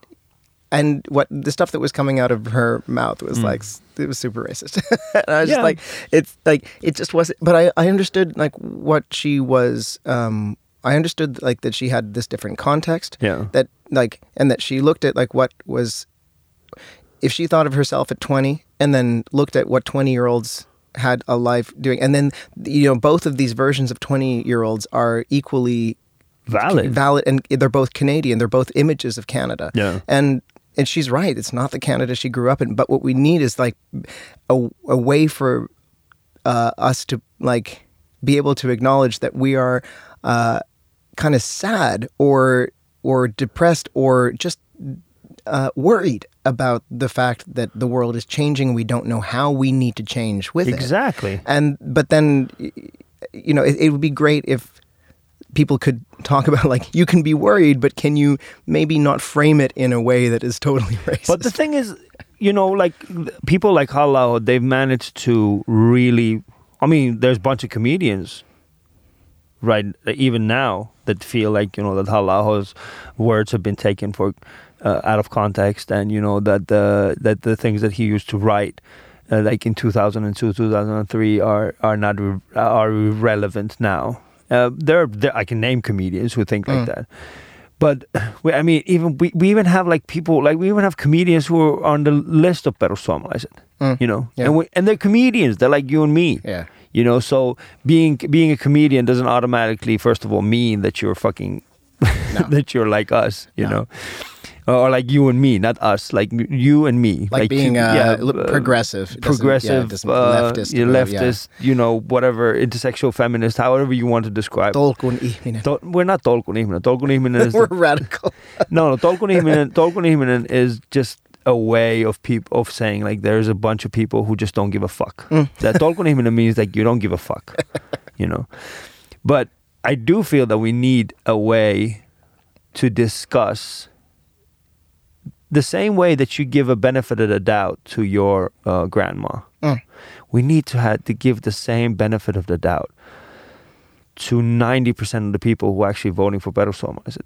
and what the stuff that was coming out of her mouth was like s- it was super racist and i was
Hmm. Yeah.
just like it's like it just wasn't but i i understood like what she was um i understood like that she had this different context
Yeah.
that like and that she looked at like what was if she thought of herself at 20 and then looked at what 20 year olds had a life doing and then you know both of these versions of 20 year olds are equally
Valid.
valid and they're both Canadian. They're both images of Canada.
Yeah.
And and she's right. It's not the Canada she grew up in. But what we need is like a, a way for uh, us to like be able to acknowledge that we are uh, kind of sad or or depressed or just uh, worried about the fact that the world is changing. We don't know how we need to change with it
exactly.
and but then y- you know it, it would be great if people could talk about like you can be worried but can you maybe not frame it in a way that is totally racist
But the thing is, you know, like th- people like Halal, they've managed to really. I mean, there's a bunch of comedians, right? Even now that feel like you know that Halal's words have been taken for uh, out of context, and you know that the that the things that he used to write. Uh, like in 2002, 2003 are are not re- are relevant now. Uh, there, there, I can name comedians who think
Mm.
like that, but we, I mean, even we, we even have like people like we even have comedians who are on the list of Pero Suomalaiset,
Mm.
you know,
Yeah.
and we, and they're comedians. They're like you and me,
yeah
you know. So being being a comedian doesn't automatically, first of all, mean that you're fucking that you're like us, you
No.
know. Or like you and me, not us. Like you and me,
like, being
you-
uh,
yeah,
li-
uh,
progressive It doesn't- yeah, it
progressive,
doesn't-
uh,
leftist
yeah,
uh, yeah.
leftist, you know, whatever, intersexual, feminist, however you want to describe.
Tolkun ihminen.
Tol- we're not tolkun ihminen. Tolkun ihminen is the-
we're radical
no, no, tolkun ihminen, tolkun ihminen is just a way of people of saying like there's a bunch of people who just don't give a fuck. That tolkun ihminen means like you don't give a fuck, you know. But I do feel that we need a way to discuss the same way that you give a benefit of the doubt to your uh, grandma.
Mm.
We need to have to give the same benefit of the doubt to 90% of the people who are actually voting for perussuomalaiset.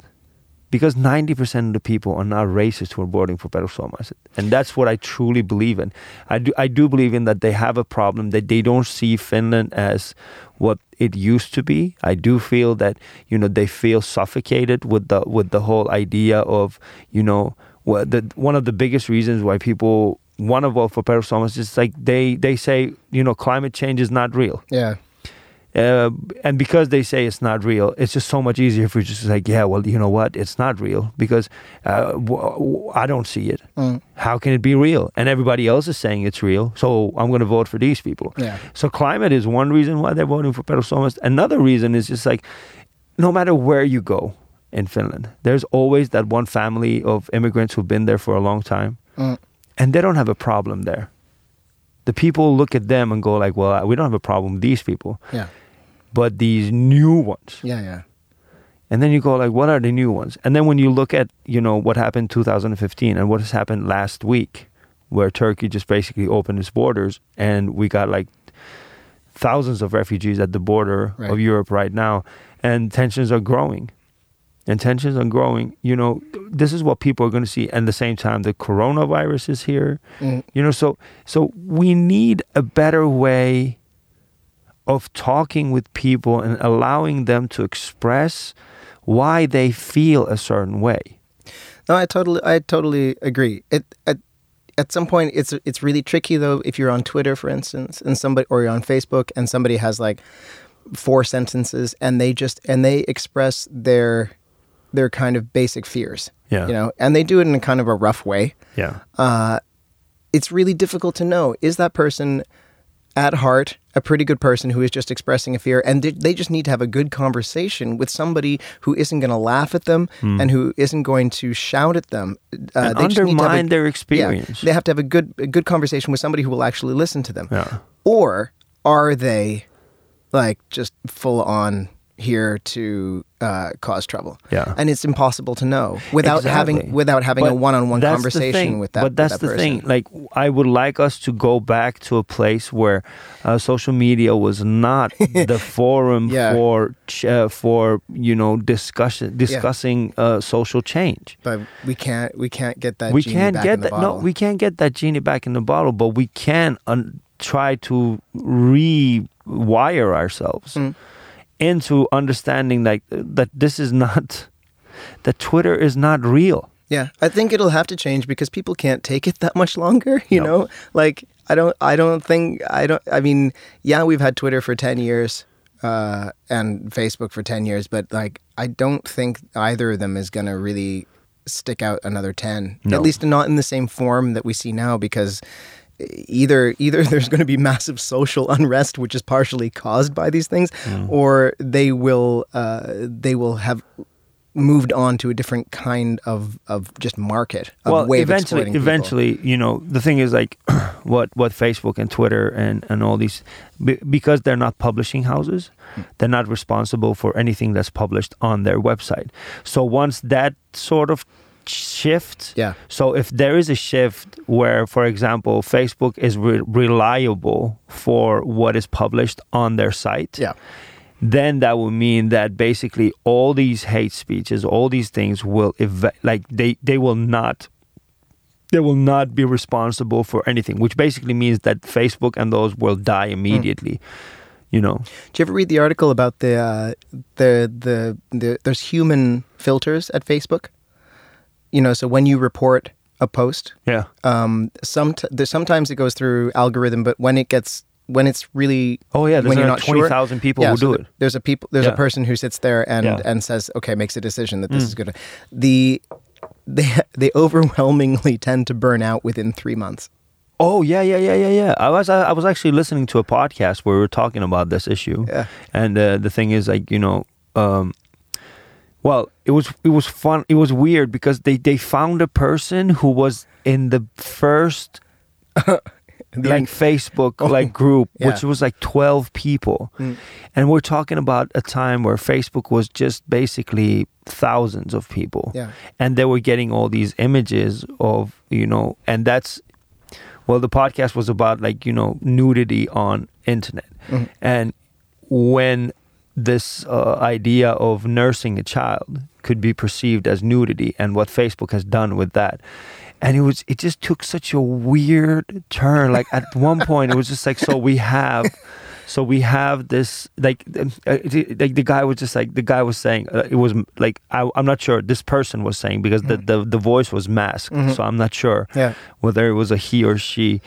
Because 90% of the people are not racist who are voting for perussuomalaiset. And that's what I truly believe in. I do, I do believe in that they have a problem, that they don't see Finland as what it used to be. I do feel that, you know, they feel suffocated with the, with the whole idea of, you know, well, the, one of the biggest reasons why people want to vote for perussuomalaiset is like they, they say, you know, climate change is not real
yeah
uh, and because they say it's not real, it's just so much easier if we just like, yeah, well, you know what, it's not real because uh, w- w- I don't see it.
Mm.
How can it be real? And everybody else is saying it's real, so I'm going to vote for these people.
Yeah.
So climate is one reason why they're voting for Perussuomalaiset. Another reason is just like, no matter where you go in Finland, there's always that one family of immigrants who've been there for a long time,
Mm.
and they don't have a problem there. The people look at them and go like, well, we don't have a problem with these people
yeah
but these new ones.
yeah yeah
And then you go like, what are the new ones? And then when you look at, you know, what happened 2015 and what has happened last week, where Turkey just basically opened its borders and we got like thousands of refugees at the border
Right.
of Europe right now, and tensions are growing. And tensions are growing. You know, this is what people are going to see. And at the same time, the coronavirus is here.
Mm.
You know, so so we need a better way of talking with people and allowing them to express why they feel a certain way.
No, I totally, I totally agree. It at at some point, it's it's really tricky though if you're on Twitter, for instance, and somebody or you're on Facebook, and somebody has like four sentences, and they just and they express their their kind of basic fears,
Yeah.
you know, and they do it in a kind of a rough way.
Yeah.
Uh, it's really difficult to know is that person at heart a pretty good person who is just expressing a fear and they- they just need to have a good conversation with somebody who isn't going to laugh at them and who isn't going to shout at them uh,
and
they just need to have a-
undermine their
yeah,
experience.
they have to have a good a good conversation with somebody who will actually listen to them
Yeah.
or are they like just full on here to uh, cause trouble.
Yeah.
and it's impossible to know without having
Exactly.
without having a
But
one-on-one
that's the
conversation
thing.
with that.
But that's
with
the
that person.
thing. Like I would like us to go back to a place where uh, social media was not the forum
Yeah.
for ch- uh, for you know discussion discussing uh, social change.
But we can't we can't get that.
we
genie
can't
back
get
in the
that. No,
bottle.
we can't get that genie back in the bottle. But we can un- try to rewire ourselves
Mm.
into understanding like that this is not that Twitter is not real.
Yeah, I think it'll have to change because people can't take it that much longer. You
No.
know, like I don't, I don't think, I don't. I mean, yeah, we've had Twitter for ten years uh, and Facebook for ten years, but like I don't think either of them is gonna really stick out another ten.
No.
At least not in the same form that we see now, because either either there's going to be massive social unrest, which is partially caused by these things,
Mm.
or they will uh, they will have moved on to a different kind of of just market. Of
well,
way
eventually,
of exploiting people.
eventually, you know, the thing is like what what Facebook and Twitter and and all these be, because they're not publishing houses,
Hmm.
they're not responsible for anything that's published on their website. So once that sort of shift,
Yeah.
So if there is a shift where, for example, Facebook is re- reliable for what is published on their site,
yeah,
then that would mean that basically all these hate speeches, all these things will eva- like they they will not they will not be responsible for anything, which basically means that Facebook and those will die immediately. You know,
Did you ever read the article about the uh, the, the the there's human filters at Facebook? You know, so when you report a post,
yeah,
um, some there's sometimes it goes through algorithm, but when it gets when it's really
Oh, yeah, there's
when you're
like
not
20,000
sure,
people who do
th-
it.
There's a people there's
Yeah.
a person who sits there and
Yeah. Mm.
and says okay makes a decision that this is good. The they they overwhelmingly tend to burn out within three months.
Oh yeah, yeah, yeah, yeah, yeah. I was I, I was actually listening to a podcast where we were talking about this issue.
Yeah.
And uh, the thing is, like you know, um, well, it was it was fun. It was weird because they they found a person who was in the first
The-
like Facebook like group,
yeah.
which was like twelve people, and we're talking about a time where Facebook was just basically thousands of people,
Yeah.
and they were getting all these images of you know, and that's well, the podcast was about like you know nudity on internet, and when this uh, idea of nursing a child could be perceived as nudity and what Facebook has done with that. And it was it just took such a weird turn. Like at one point it was just like so we have so we have this like um, uh, the- like the guy was just like the guy was saying uh, it was m- like I, I'm not sure this person was saying because the, the the voice was masked so I'm not sure
Yeah.
whether it was a he or she.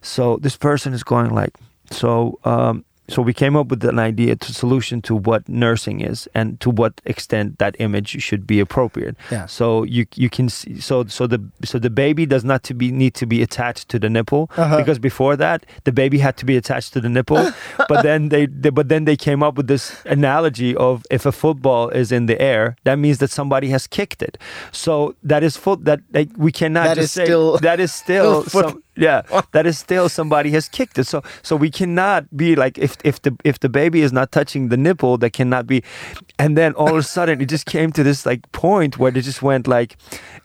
So this person is going like, so um, so we came up with an idea to solution to what nursing is and to what extent that image should be appropriate.
Yeah.
So you you can see so so the so the baby does not to be need to be attached to the nipple
Uh-huh.
because before that the baby had to be attached to the nipple, but then they, they but then they came up with this analogy of if a football is in the air that means that somebody has kicked it. So that is foot that like, we cannot
That
just
is
say
still-
that is still
Foot-
some yeah that is still somebody has kicked it so so we cannot be like if if the if the baby is not touching the nipple that cannot be and then all of a sudden it just came to this like point where they just went like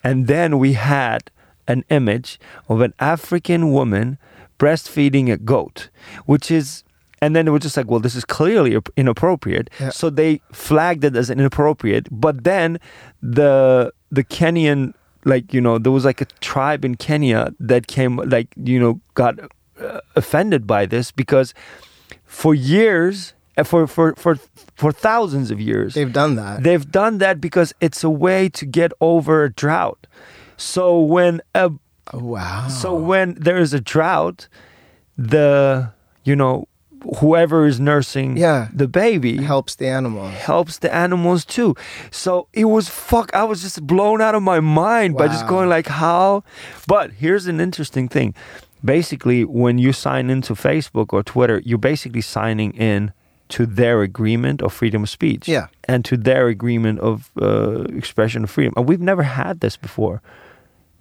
and then we had an image of an african woman breastfeeding a goat which is and then it was just like, well, this is clearly ap- inappropriate.
Yeah.
So they flagged it as inappropriate. But then the the Kenyan, like you know, there was like a tribe in Kenya that came, like you know, got uh, offended by this because for years, uh, for for for for thousands of years,
They've done that.
They've done that because it's a way to get over a drought. So when a
Oh, wow.
so when there is a drought, the you know whoever is nursing
Yeah.
the baby
It helps the animal.
helps the animals too. So it was fuck. I was just blown out of my mind by just
Wow.
going like how. But here's an interesting thing. Basically, when you sign into Facebook or Twitter, you're basically signing in to their agreement of freedom of speech.
Yeah.
And to their agreement of uh, expression of freedom. And we've never had this before.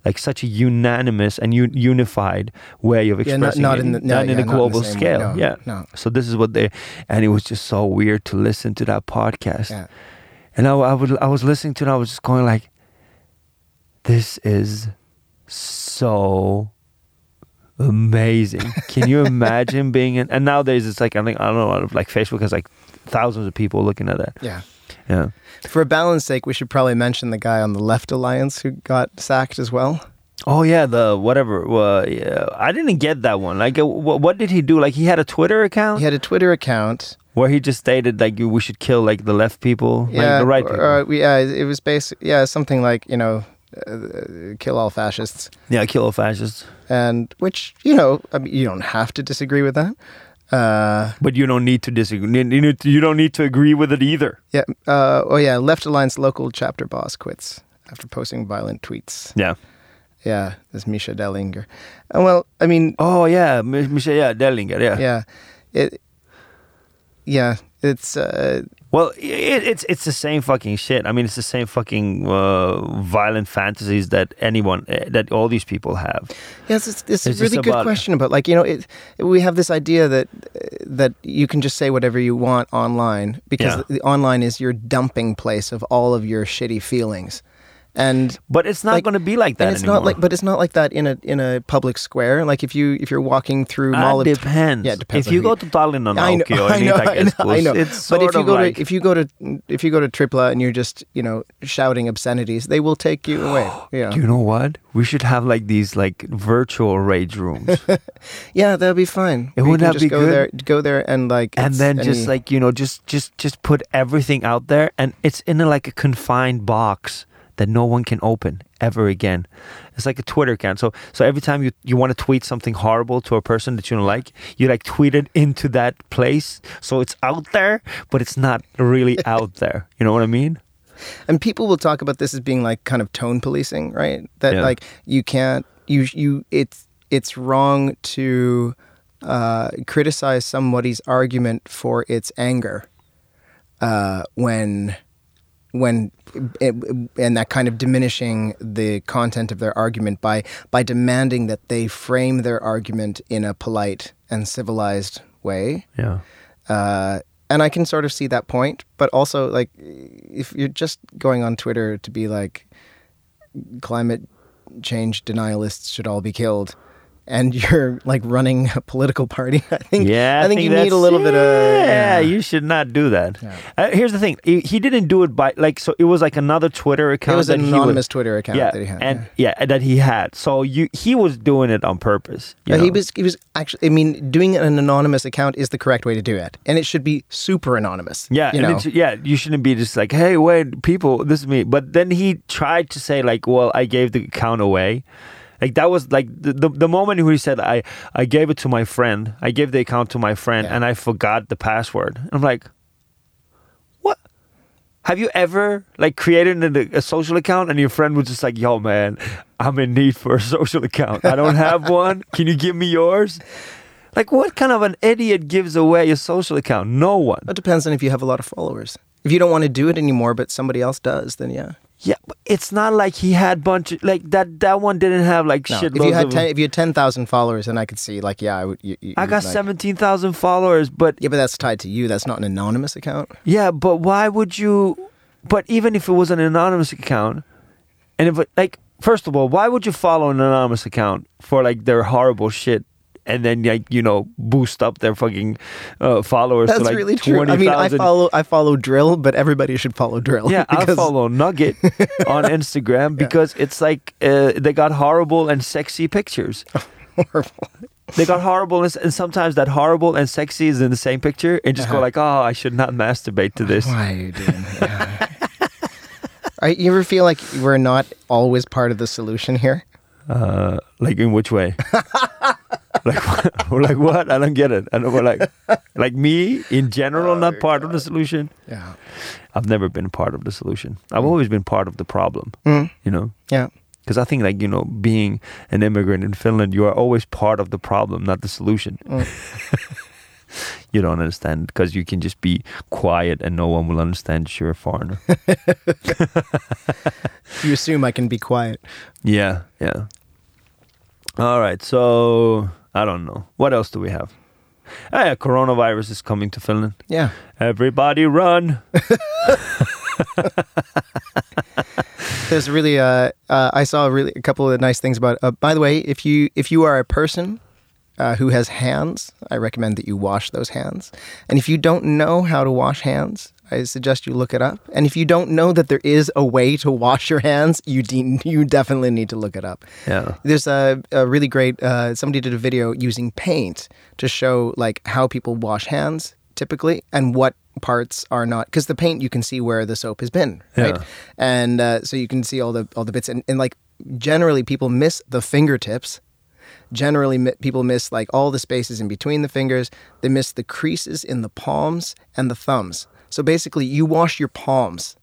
like such a unanimous and un- unified way of
Yeah, not,
expressing
not
it,
in the no,
not
yeah,
in a
not the
global
same way.
scale.
No,
yeah.
no.
So this is what they, and it was just so weird to listen to that podcast.
Yeah.
And I, I would, I was listening to it. I was just going like, this is so amazing. Can you imagine being in? And nowadays it's like I think I don't know, out of like Facebook has like thousands of people looking at that.
Yeah.
Yeah.
For balance sake, we should probably mention the guy on the Left Alliance who got sacked as well.
Oh yeah, the whatever. Uh, yeah. I didn't get that one. Like, uh, wh- what did he do? Like, he had a Twitter account
He had a Twitter account.
where he just stated like we should kill like the left people, like the right
or- uh,
people.
or, we- yeah, it was basic. Yeah, something like you know, uh, kill all fascists,
yeah, kill all fascists.
and which you know, I mean, you don't have to disagree with that. Uh,
But you don't need to disagree. You need to- you don't need to agree with it either.
yeah. Uh, oh yeah, Left Alliance local chapter boss quits after posting violent tweets.
Yeah.
Yeah, this Misha Dellinger. And well, I mean,
Oh yeah, M- Michel. Yeah, Dellinger. Yeah.
yeah, it. Yeah, it's uh,
Well, i- it, it's it's the same fucking shit. I mean, it's the same fucking uh, violent fantasies that anyone eh, that all these people have.
Yes, it's,
It's
it's, a
just
really good
about-
question about like you know it, we have this idea that that you can just say whatever you want online because
Yeah.
the, online is your dumping place of all of your shitty feelings, and
But it's not
Like-
going to be like that
and it's
anymore.
not like but it's not like that in a in a public square like if you if you're walking through
Ah,
Mall of
depends.
yeah it depends
If
on
you
who
go to Tallinn on
I know,
Aukio
I
and eat
know,
like
I know, I
Espos,
know.
it's
but
sort
if you
of
go
like
to if you go to if you go to Tripla and you're just you know shouting obscenities, they will take you away. Yeah,
Do you know what? We should have like these like virtual rage rooms,
yeah, that'll be fine.
It
We
would
can
not
just
be
go
good.
there, go there, and like,
and
it's
then just
any-
like you know, just just just put everything out there, and it's in a, like a confined box that no one can open ever again. It's like a Twitter account. So so every time you you want to tweet something horrible to a person that you don't like, you like tweet it into that place, so it's out there, but it's not really out there. You know what I mean?
and people will talk about this as being like kind of tone policing, right? That
Yeah.
like you can't you you it's it's wrong to uh, criticize somebody's argument for its anger uh, when when and that kind of diminishing the content of their argument by by demanding that they frame their argument in a polite and civilized way
Yeah.
uh, and I can sort of see that point, but also like if you're just going on Twitter to be like climate change denialists should all be killed, and you're like running a political party, I think
Yeah,
I think, you need
that's-
a little bit of
yeah. You should not do that.
Yeah.
Uh, here's the thing: he, he didn't do it by like so. It was like another Twitter account.
It was
that
an
he
anonymous Twitter account
yeah,
that he had. yeah.
and yeah. that he had. So you, he was doing it on purpose. you
Uh, He
know?
was he was actually. I mean, doing an anonymous account is the correct way to do it, and it should be super anonymous.
Yeah,
you
and
know.
it's- yeah. You shouldn't be just like, hey, wait, people, this is me. But then he tried to say like, well, I gave the account away. Like that was like the, the the moment where he said I I gave it to my friend. I gave the account to my friend,
Yeah.
and I forgot the password. I'm like, what? Have you ever like created a, a social account and your friend was just like, "Yo, man, I'm in need for a social account. I don't have one. Can you give me yours?" Like, what kind of an idiot gives away a social account? No one.
It depends on if you have a lot of followers. If you don't want to do it anymore, but somebody else does, then yeah.
Yeah, but it's not like he had bunch of, like that. That one didn't have like
No,
shit.
if you had
of,
ten, if you had ten thousand followers, then I could see like, yeah, I would. You, you,
I
you'd
got
like-
seventeen thousand followers, but
Yeah, but that's tied to you. That's not an anonymous account.
yeah, but why would you? But even if it was an anonymous account, and if it, like first of all, why would you follow an anonymous account for like their horrible shit? And then, like you know, boost up their fucking uh, followers
That's
to like
really true.
twenty
I mean, I
thousand.
follow I follow drill, but everybody should follow drill.
Yeah, I
because-
follow Nugget on Instagram because it's like uh, they got horrible and sexy pictures.
Horrible.
they got horrible and, and sometimes that horrible and sexy is in the same picture and just go
Uh-huh.
like oh i should not masturbate to this
Why are you doing that? Are- you ever feel like we're not always part of the solution here?
uh, like in which way like what? we're like what i don't get it i don't we're like like me in general
Oh,
not part of the solution
Yeah.
i've never been part of the solution i've
Hmm.
always been part of the problem
Mm,
you know
yeah.
because i think like you know being
Mm.
an immigrant in finland you are always part of the problem not the solution you don't understand because you can just be quiet and no one will understand you're a foreigner.
You assume I can be quiet.
yeah, yeah. All right, so I don't know. What else do we have? Ah, yeah, coronavirus is coming to Finland.
Yeah.
Everybody run.
There's really uh, uh I saw really a couple of nice things about. Uh, by the way, if you if you are a person uh, who has hands, I recommend that you wash those hands. And if you don't know how to wash hands, I suggest you look it up. And if you don't know that there is a way to wash your hands, you de- you definitely need to look it up.
Yeah.
There's a, a really great uh, somebody did a video using paint to show like how people wash hands typically and what parts are not because the paint you can see where the soap has been right
Yeah.
and uh, so you can see all the all the bits and, and like generally people miss the fingertips generally mi- people miss like all the spaces in between the fingers they miss the creases in the palms and the thumbs so basically you wash your palms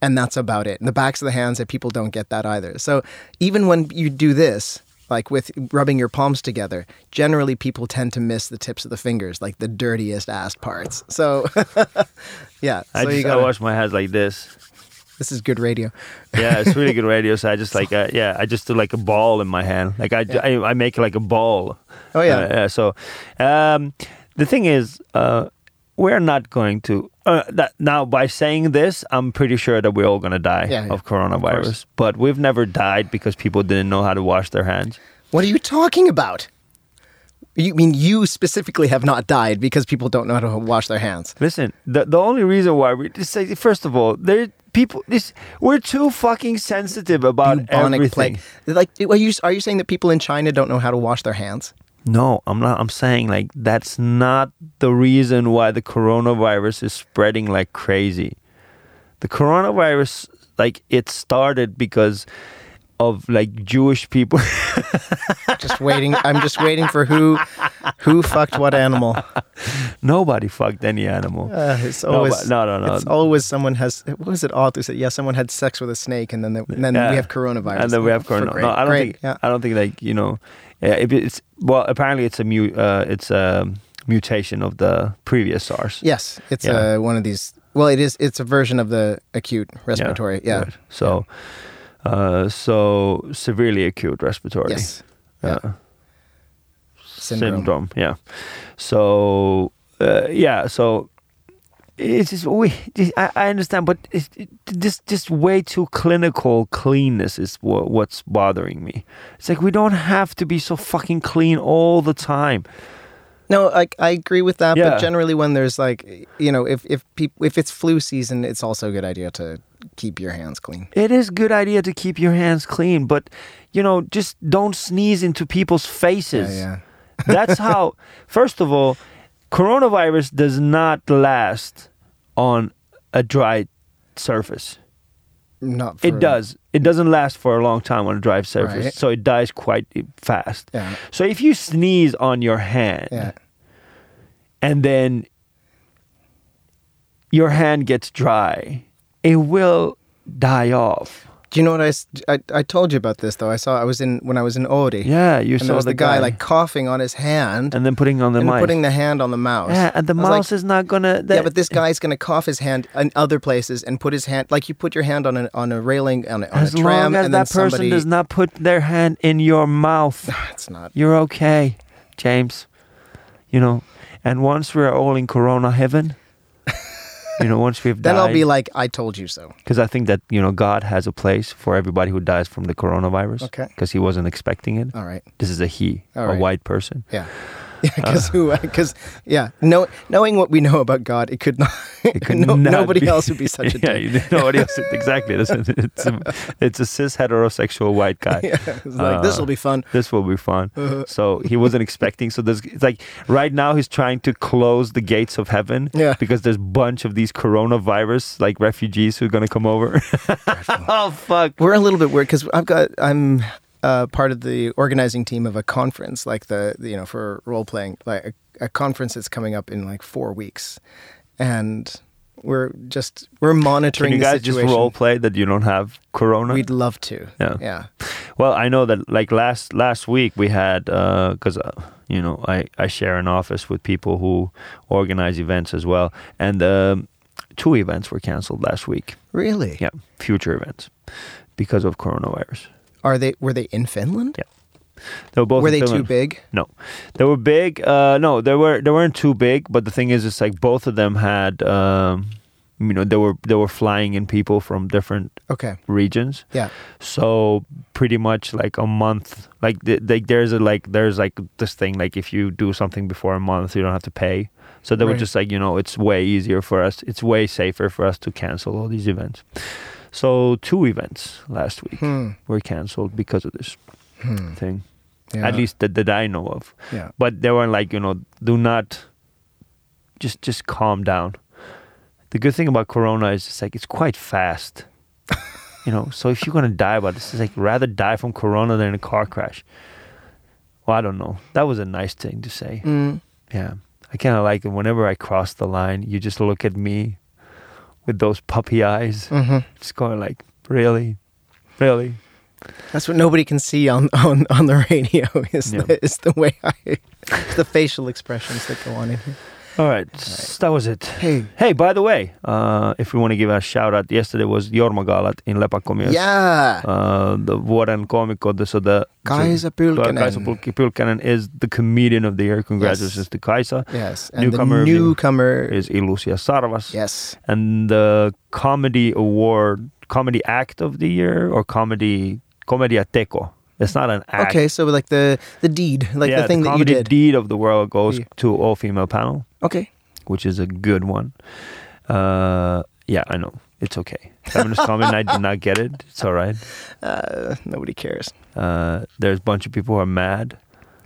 and that's about it and the backs of the hands that people don't get that either so even when you do this like with rubbing your palms together generally people tend to miss the tips of the fingers like the dirtiest ass parts so yeah so
I
you
just I
gotta-
wash my hands like this.
this is good radio
Yeah, it's really good radio. So I just like uh, yeah, I just do like a ball in my hand. Like I I, I make like a ball.
Oh, yeah.
Uh, yeah. So um, the thing is, uh, we're not going to. Uh, that, now, by saying this, I'm pretty sure that we're all gonna die
Yeah, yeah.
of coronavirus. but we've never died because people didn't know how to wash their hands.
What are you talking about? You mean you specifically have not died because people don't know how to wash their hands?
Listen, the the only reason why we just say first of all, there people this we're too fucking sensitive about
Bubonic
everything.
plague. Like, are you are you saying that people in China don't know how to wash their hands?
No, I'm not. I'm saying like that's not the reason why the coronavirus is spreading like crazy. The coronavirus, like it started because of like Jewish people.
Just waiting. I'm just waiting for who, who fucked what animal.
Nobody fucked any animal.
Uh, it's
No,
always
but- no, no, no.
It's always someone has. What was it? Author said, yeah, someone had sex with a snake, and then the, and then
Yeah.
we have coronavirus.
And then we have
For
coronavirus.
great-
No, I don't
great,
think.
Yeah.
I don't think like you know, yeah, if it's well. Apparently, it's a mu- uh, It's a mutation of the previous SARS.
Yes, it's
Yeah.
uh, one of these. Well, it is. It's a version of the acute respiratory. Yeah.
right. So, uh, so severely acute respiratory.
Yes.
Uh,
Syndrome.
Yeah. So uh, yeah. So it's just we. I, I understand, but it's it, this just way too clinical cleanness is what, what's bothering me. It's like we don't have to be so fucking clean all the time.
No, like I agree with that.
Yeah.
But generally, when there's like, you know, if if peop if it's flu season, it's also a good idea to keep your hands clean.
It is good idea to keep your hands clean, but you know, just don't sneeze into people's faces.
yeah.
That's how. First of all, coronavirus does not last on a dry surface.
Not for,
It does. It doesn't last for a long time on a dry surface,
Right.
so it dies quite fast.
Yeah.
So if you sneeze on your hand,
Yeah.
and then your hand gets dry, it will die off.
Do you know what I, s- I? I told you about this though. I saw I was in when I was in Odi.
Yeah, you
and
saw
there was
the,
the guy, like coughing on his hand and,
and then putting on the mic.
putting the hand on the mouse.
yeah, and the
I was like,
mouse is not gonna. That,
yeah, but this guy's gonna cough his hand in other places and put his hand like you put your hand on a on a railing on a, on
as
a tram
long as
and then
that person
somebody.
does not put their hand in your mouth.
it's not.
You're okay, James. You know, and once we're all in Corona heaven, you know, once we've
Then
died,
I'll be like, I told you so.
because I think that you know God has a place for everybody who dies from the coronavirus.
Okay.
Because He wasn't expecting it.
All right.
This is a he,
All
a
right.
white person.
Yeah. Yeah,
Uh.
because who? Because yeah, know, knowing what we know about God, it could not. It
could
no,
not
nobody
be-
else would be such a
yeah,
dick.
you- nobody else. Exactly. It's, it's, a, it's a cis heterosexual white guy.
Yeah, it's like this will
Uh.
be fun.
This will be fun.
Uh-huh.
So he wasn't expecting. So there's it's like right now he's trying to close the gates of heaven.
Yeah.
Because there's bunch of these coronavirus like refugees who are gonna come over. oh fuck.
We're a little bit weird because I've got I'm uh, part of the organizing team of a conference, like the the, you know for role playing, like a, a conference that's coming up in like four weeks, and we're just we're monitoring
Can you
the
guys just
situation.
role play that you don't have corona?
We'd love to.
Yeah.
yeah.
Well, I know that like last last week we had because uh, you know I I share an office with people who organize events as well, and um, two events were canceled last week.
Really?
Yeah, future events because of coronavirus.
Are they? Were they in Finland?
Yeah. They were both
Were
in
they too
Finland.
big?
No, they were big. Uh, no, they were they weren't too big. But the thing is, it's like both of them had, um, you know, they were they were flying in people from different
Okay.
regions.
Yeah.
So pretty much like a month, like th- like there's a like there's like this thing like if you do something before a month, you don't have to pay. So they were
Right.
just like you know, it's way easier for us. It's way safer for us to cancel all these events. So two events last week
Hmm.
were canceled because of this
Hmm.
thing.
Yeah.
At least that, that I know of
Yeah.
but they were like you know do not just just calm down the good thing about corona is it's like it's quite fast you know so if you're gonna die about this it's like rather die from corona than a car crash well i don't know that was a nice thing to say
Mm.
yeah i kind of like it whenever i cross the line you just look at me with those puppy eyes
hmm
just going like really really
That's what nobody can see on on, on the radio. Is
Yeah.
the, is the way I the facial expressions that go on in here.
all right, s- that was it
Hey.
Hey, by the way, uh, if we want to give a shout out, yesterday was Jorma Galat in Lepakomios.
Yeah.
Uh, the Vuoden Komikko, the- so the
Kaisa
so- Kaisa
Pylkkänen.
Pul- Pylkkänen is the comedian of the year. Congratulations to Kaisa.
Yes. And
Newcomer
the
of the-
newcomer.
Is Ilusia Sarvas.
yes.
And the comedy award, comedy act of the year, or comedy comedia teco. It's not an act.
Okay. So like the the deed, like
yeah,
the thing that you
comedy
did.
deed of the world goes
Yeah.
to all female panel,
okay.
which is a good one. Uh, yeah, I know. It's okay. Feminist comment, I did not get it. It's all right.
Uh, nobody cares.
Uh, there's a bunch of people who are mad.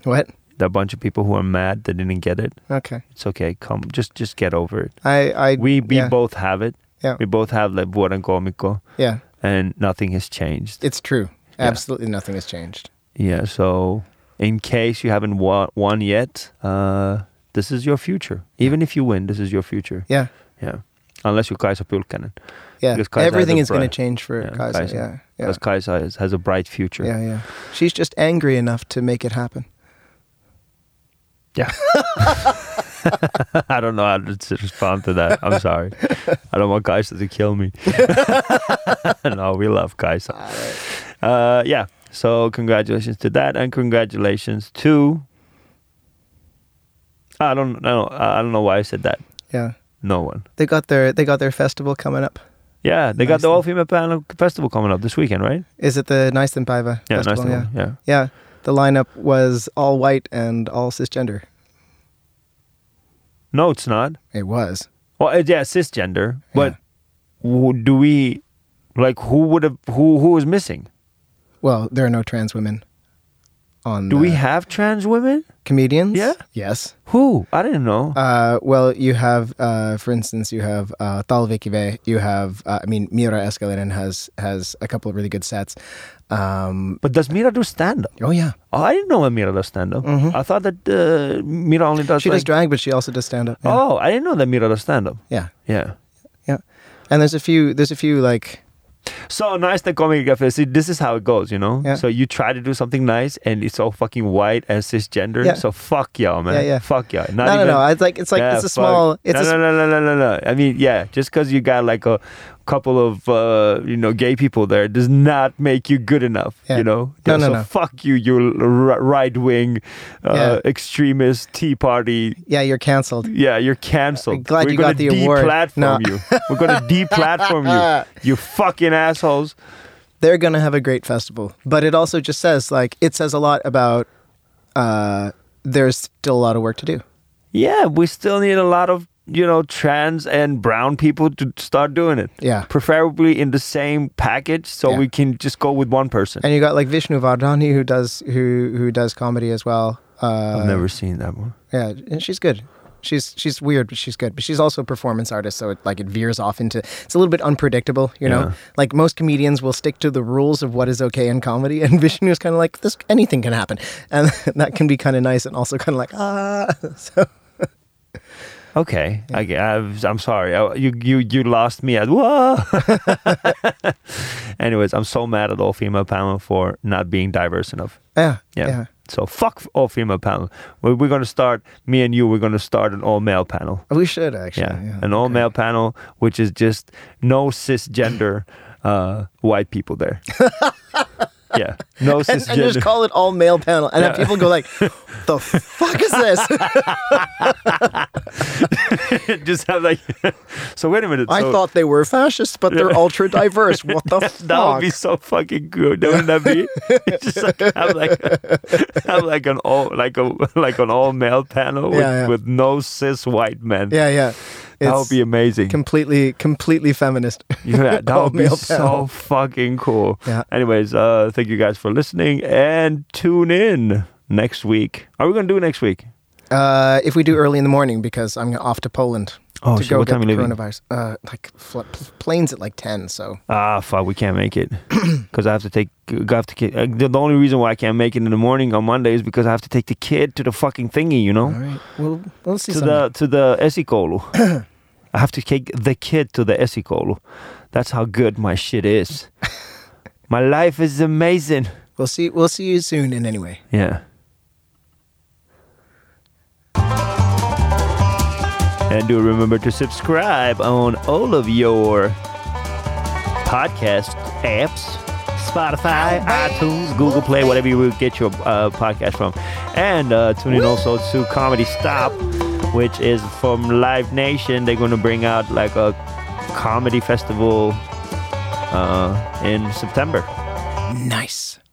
What?
There are a bunch of people who are mad that didn't get it.
Okay.
It's okay. Come, just just get over it.
I I
We we
yeah,
both have it.
Yeah.
We both have like vuoden comico,
yeah.
and nothing has changed.
It's true.
Yeah.
Absolutely nothing has changed.
Yeah. So, in case you haven't won, won yet, uh, this is your future. Even if you win, this is your future.
Yeah.
Yeah. Unless you're Kaisa Pulkanen,
Yeah.
Because Kaisa has
Everything
a
is going to
bright-
change for
yeah,
Kaisa.
Kaisa.
Yeah. Yeah.
because Kaisa is, has a bright future.
Yeah, yeah. She's just angry enough to make it happen.
Yeah. I don't know how to respond to that. I'm sorry. I don't want Kaisa to kill me. no, we love Kaisa. Uh, yeah. So congratulations to that, and congratulations to. I don't know. I don't know why I said that.
Yeah.
No one.
They got their they got their festival coming up.
Yeah, they got
Nice
the
one.
All Female Panel Festival coming up this weekend, right?
Is it the Naisten Päivä
Yeah,
festival?
nice. Yeah.
yeah.
yeah.
Yeah. The lineup was all white and all cisgender.
No, it's not.
It was.
Well, it- yeah, cisgender. But who do we like? Who would have? Who who was missing?
Well, there are no trans women on
Do
the
we have trans women?
comedians?
Yeah?
Yes.
Who? I didn't know.
Uh, well, you have, uh, for instance, you have uh, Tal Vekive. You have, uh, I mean, Mira Escalinen has has a couple of really good sets. Um,
but does Mira do stand up?
oh yeah,
Oh, I didn't know that Mira does stand up. I thought that uh, Mira only does.
Mm-hmm. she
like,
does drag, but she also does stand up. Yeah.
Oh, I didn't know that Mira does stand up.
yeah,
Yeah.
yeah. And there's a few, there's a few like,
So nice the comic cafe. See, this is how it goes, you know.
Yeah.
So you try to do something nice, and it's all fucking white and cisgender.
Yeah.
So fuck y'all, man.
Yeah, yeah.
Fuck y'all. Not
no, no,
even-
no. It's like, it's like,
Yeah,
it's a
fuck.
small, it's
no, no,
a,
no, no, no, no, no. I mean, yeah, just because you got like a couple of uh, you know gay people there does not make you good enough.
Yeah.
You know,
No, no,
so
no.
fuck you, you r- right wing uh,
Yeah.
extremist Tea Party.
yeah, you're canceled.
Yeah, you're canceled.
I'm glad
We're
you
gonna
got the award. No.
Deplatform you. We're gonna deplatform you. You fucking assholes.
They're gonna have a great festival, but it also just says like, it says a lot about. Uh, there's still a lot of work to do.
Yeah, we still need a lot of you know trans and brown people to start doing it.
Yeah.
preferably in the same package, so
Yeah.
we can just go with one person.
And you got like Vishnu Vardhani who does who who does comedy as well. Uh,
I've never seen that one.
Yeah, and she's good. She's she's weird, but she's good. But she's also a performance artist, so it like it veers off into it's a little bit unpredictable, you know.
Yeah.
Like most comedians will stick to the rules of what is okay in comedy, and Vishnu is kind of like this anything can happen, and that can be kind of nice and also kind of like ah. So
Okay, I, ge- I, was- I'm sorry. I, you you you lost me at whoa. Anyways, I'm so mad at all female panel for not being diverse enough.
Yeah,
Yeah.
yeah.
So fuck all female panel. We're, we're gonna start. Me and you. We're gonna start an all male panel.
We should actually.
Yeah,
Yeah,
an all
okay.
male panel, which is just no cisgender uh, white people there. yeah, no
And,
cisgender.
and just call it all male panel, and then
Yeah.
people go like, "The fuck is this?"
just have like. so wait a minute.
I
so-
thought they were fascists, but they're ultra diverse. What the fuck?
That would be so fucking good. Wouldn't that be? It's just like have like have like an all like a like an all male panel with,
Yeah, yeah.
with no cis white men.
yeah, yeah.
that
It's
would be amazing.
completely, completely feminist.
yeah, that
all
would be
male
so
panel.
fucking cool.
Yeah.
Anyways, uh, thank you guys for listening and tune in next week. Are we gonna do next week?
Uh, if we do early in the morning, because I'm off to Poland
Oh,
to
shit,
go
what
get
time
the
you leaving?
coronavirus. Uh, like fl- pl- planes at like ten. So
Ah, fuck, we can't make it because I have to take. I have to. ki- uh, The the only reason why I can't make it in the morning on Monday is because I have to take the kid to the fucking thingy. You know.
all right, we'll we'll see.
to
Sunday.
the to the esikolu. I have to take the kid to the esikolu. That's how good my shit is. my life is amazing.
We'll see. We'll see you soon. In any way.
Yeah. And do remember to subscribe on all of your podcast apps Spotify, iTunes, Google Play, whatever you will get your uh, podcast from. And uh, tune in also to Comedy Stop, which is from Live Nation. They're going to bring out like a comedy festival uh, in September.
Nice.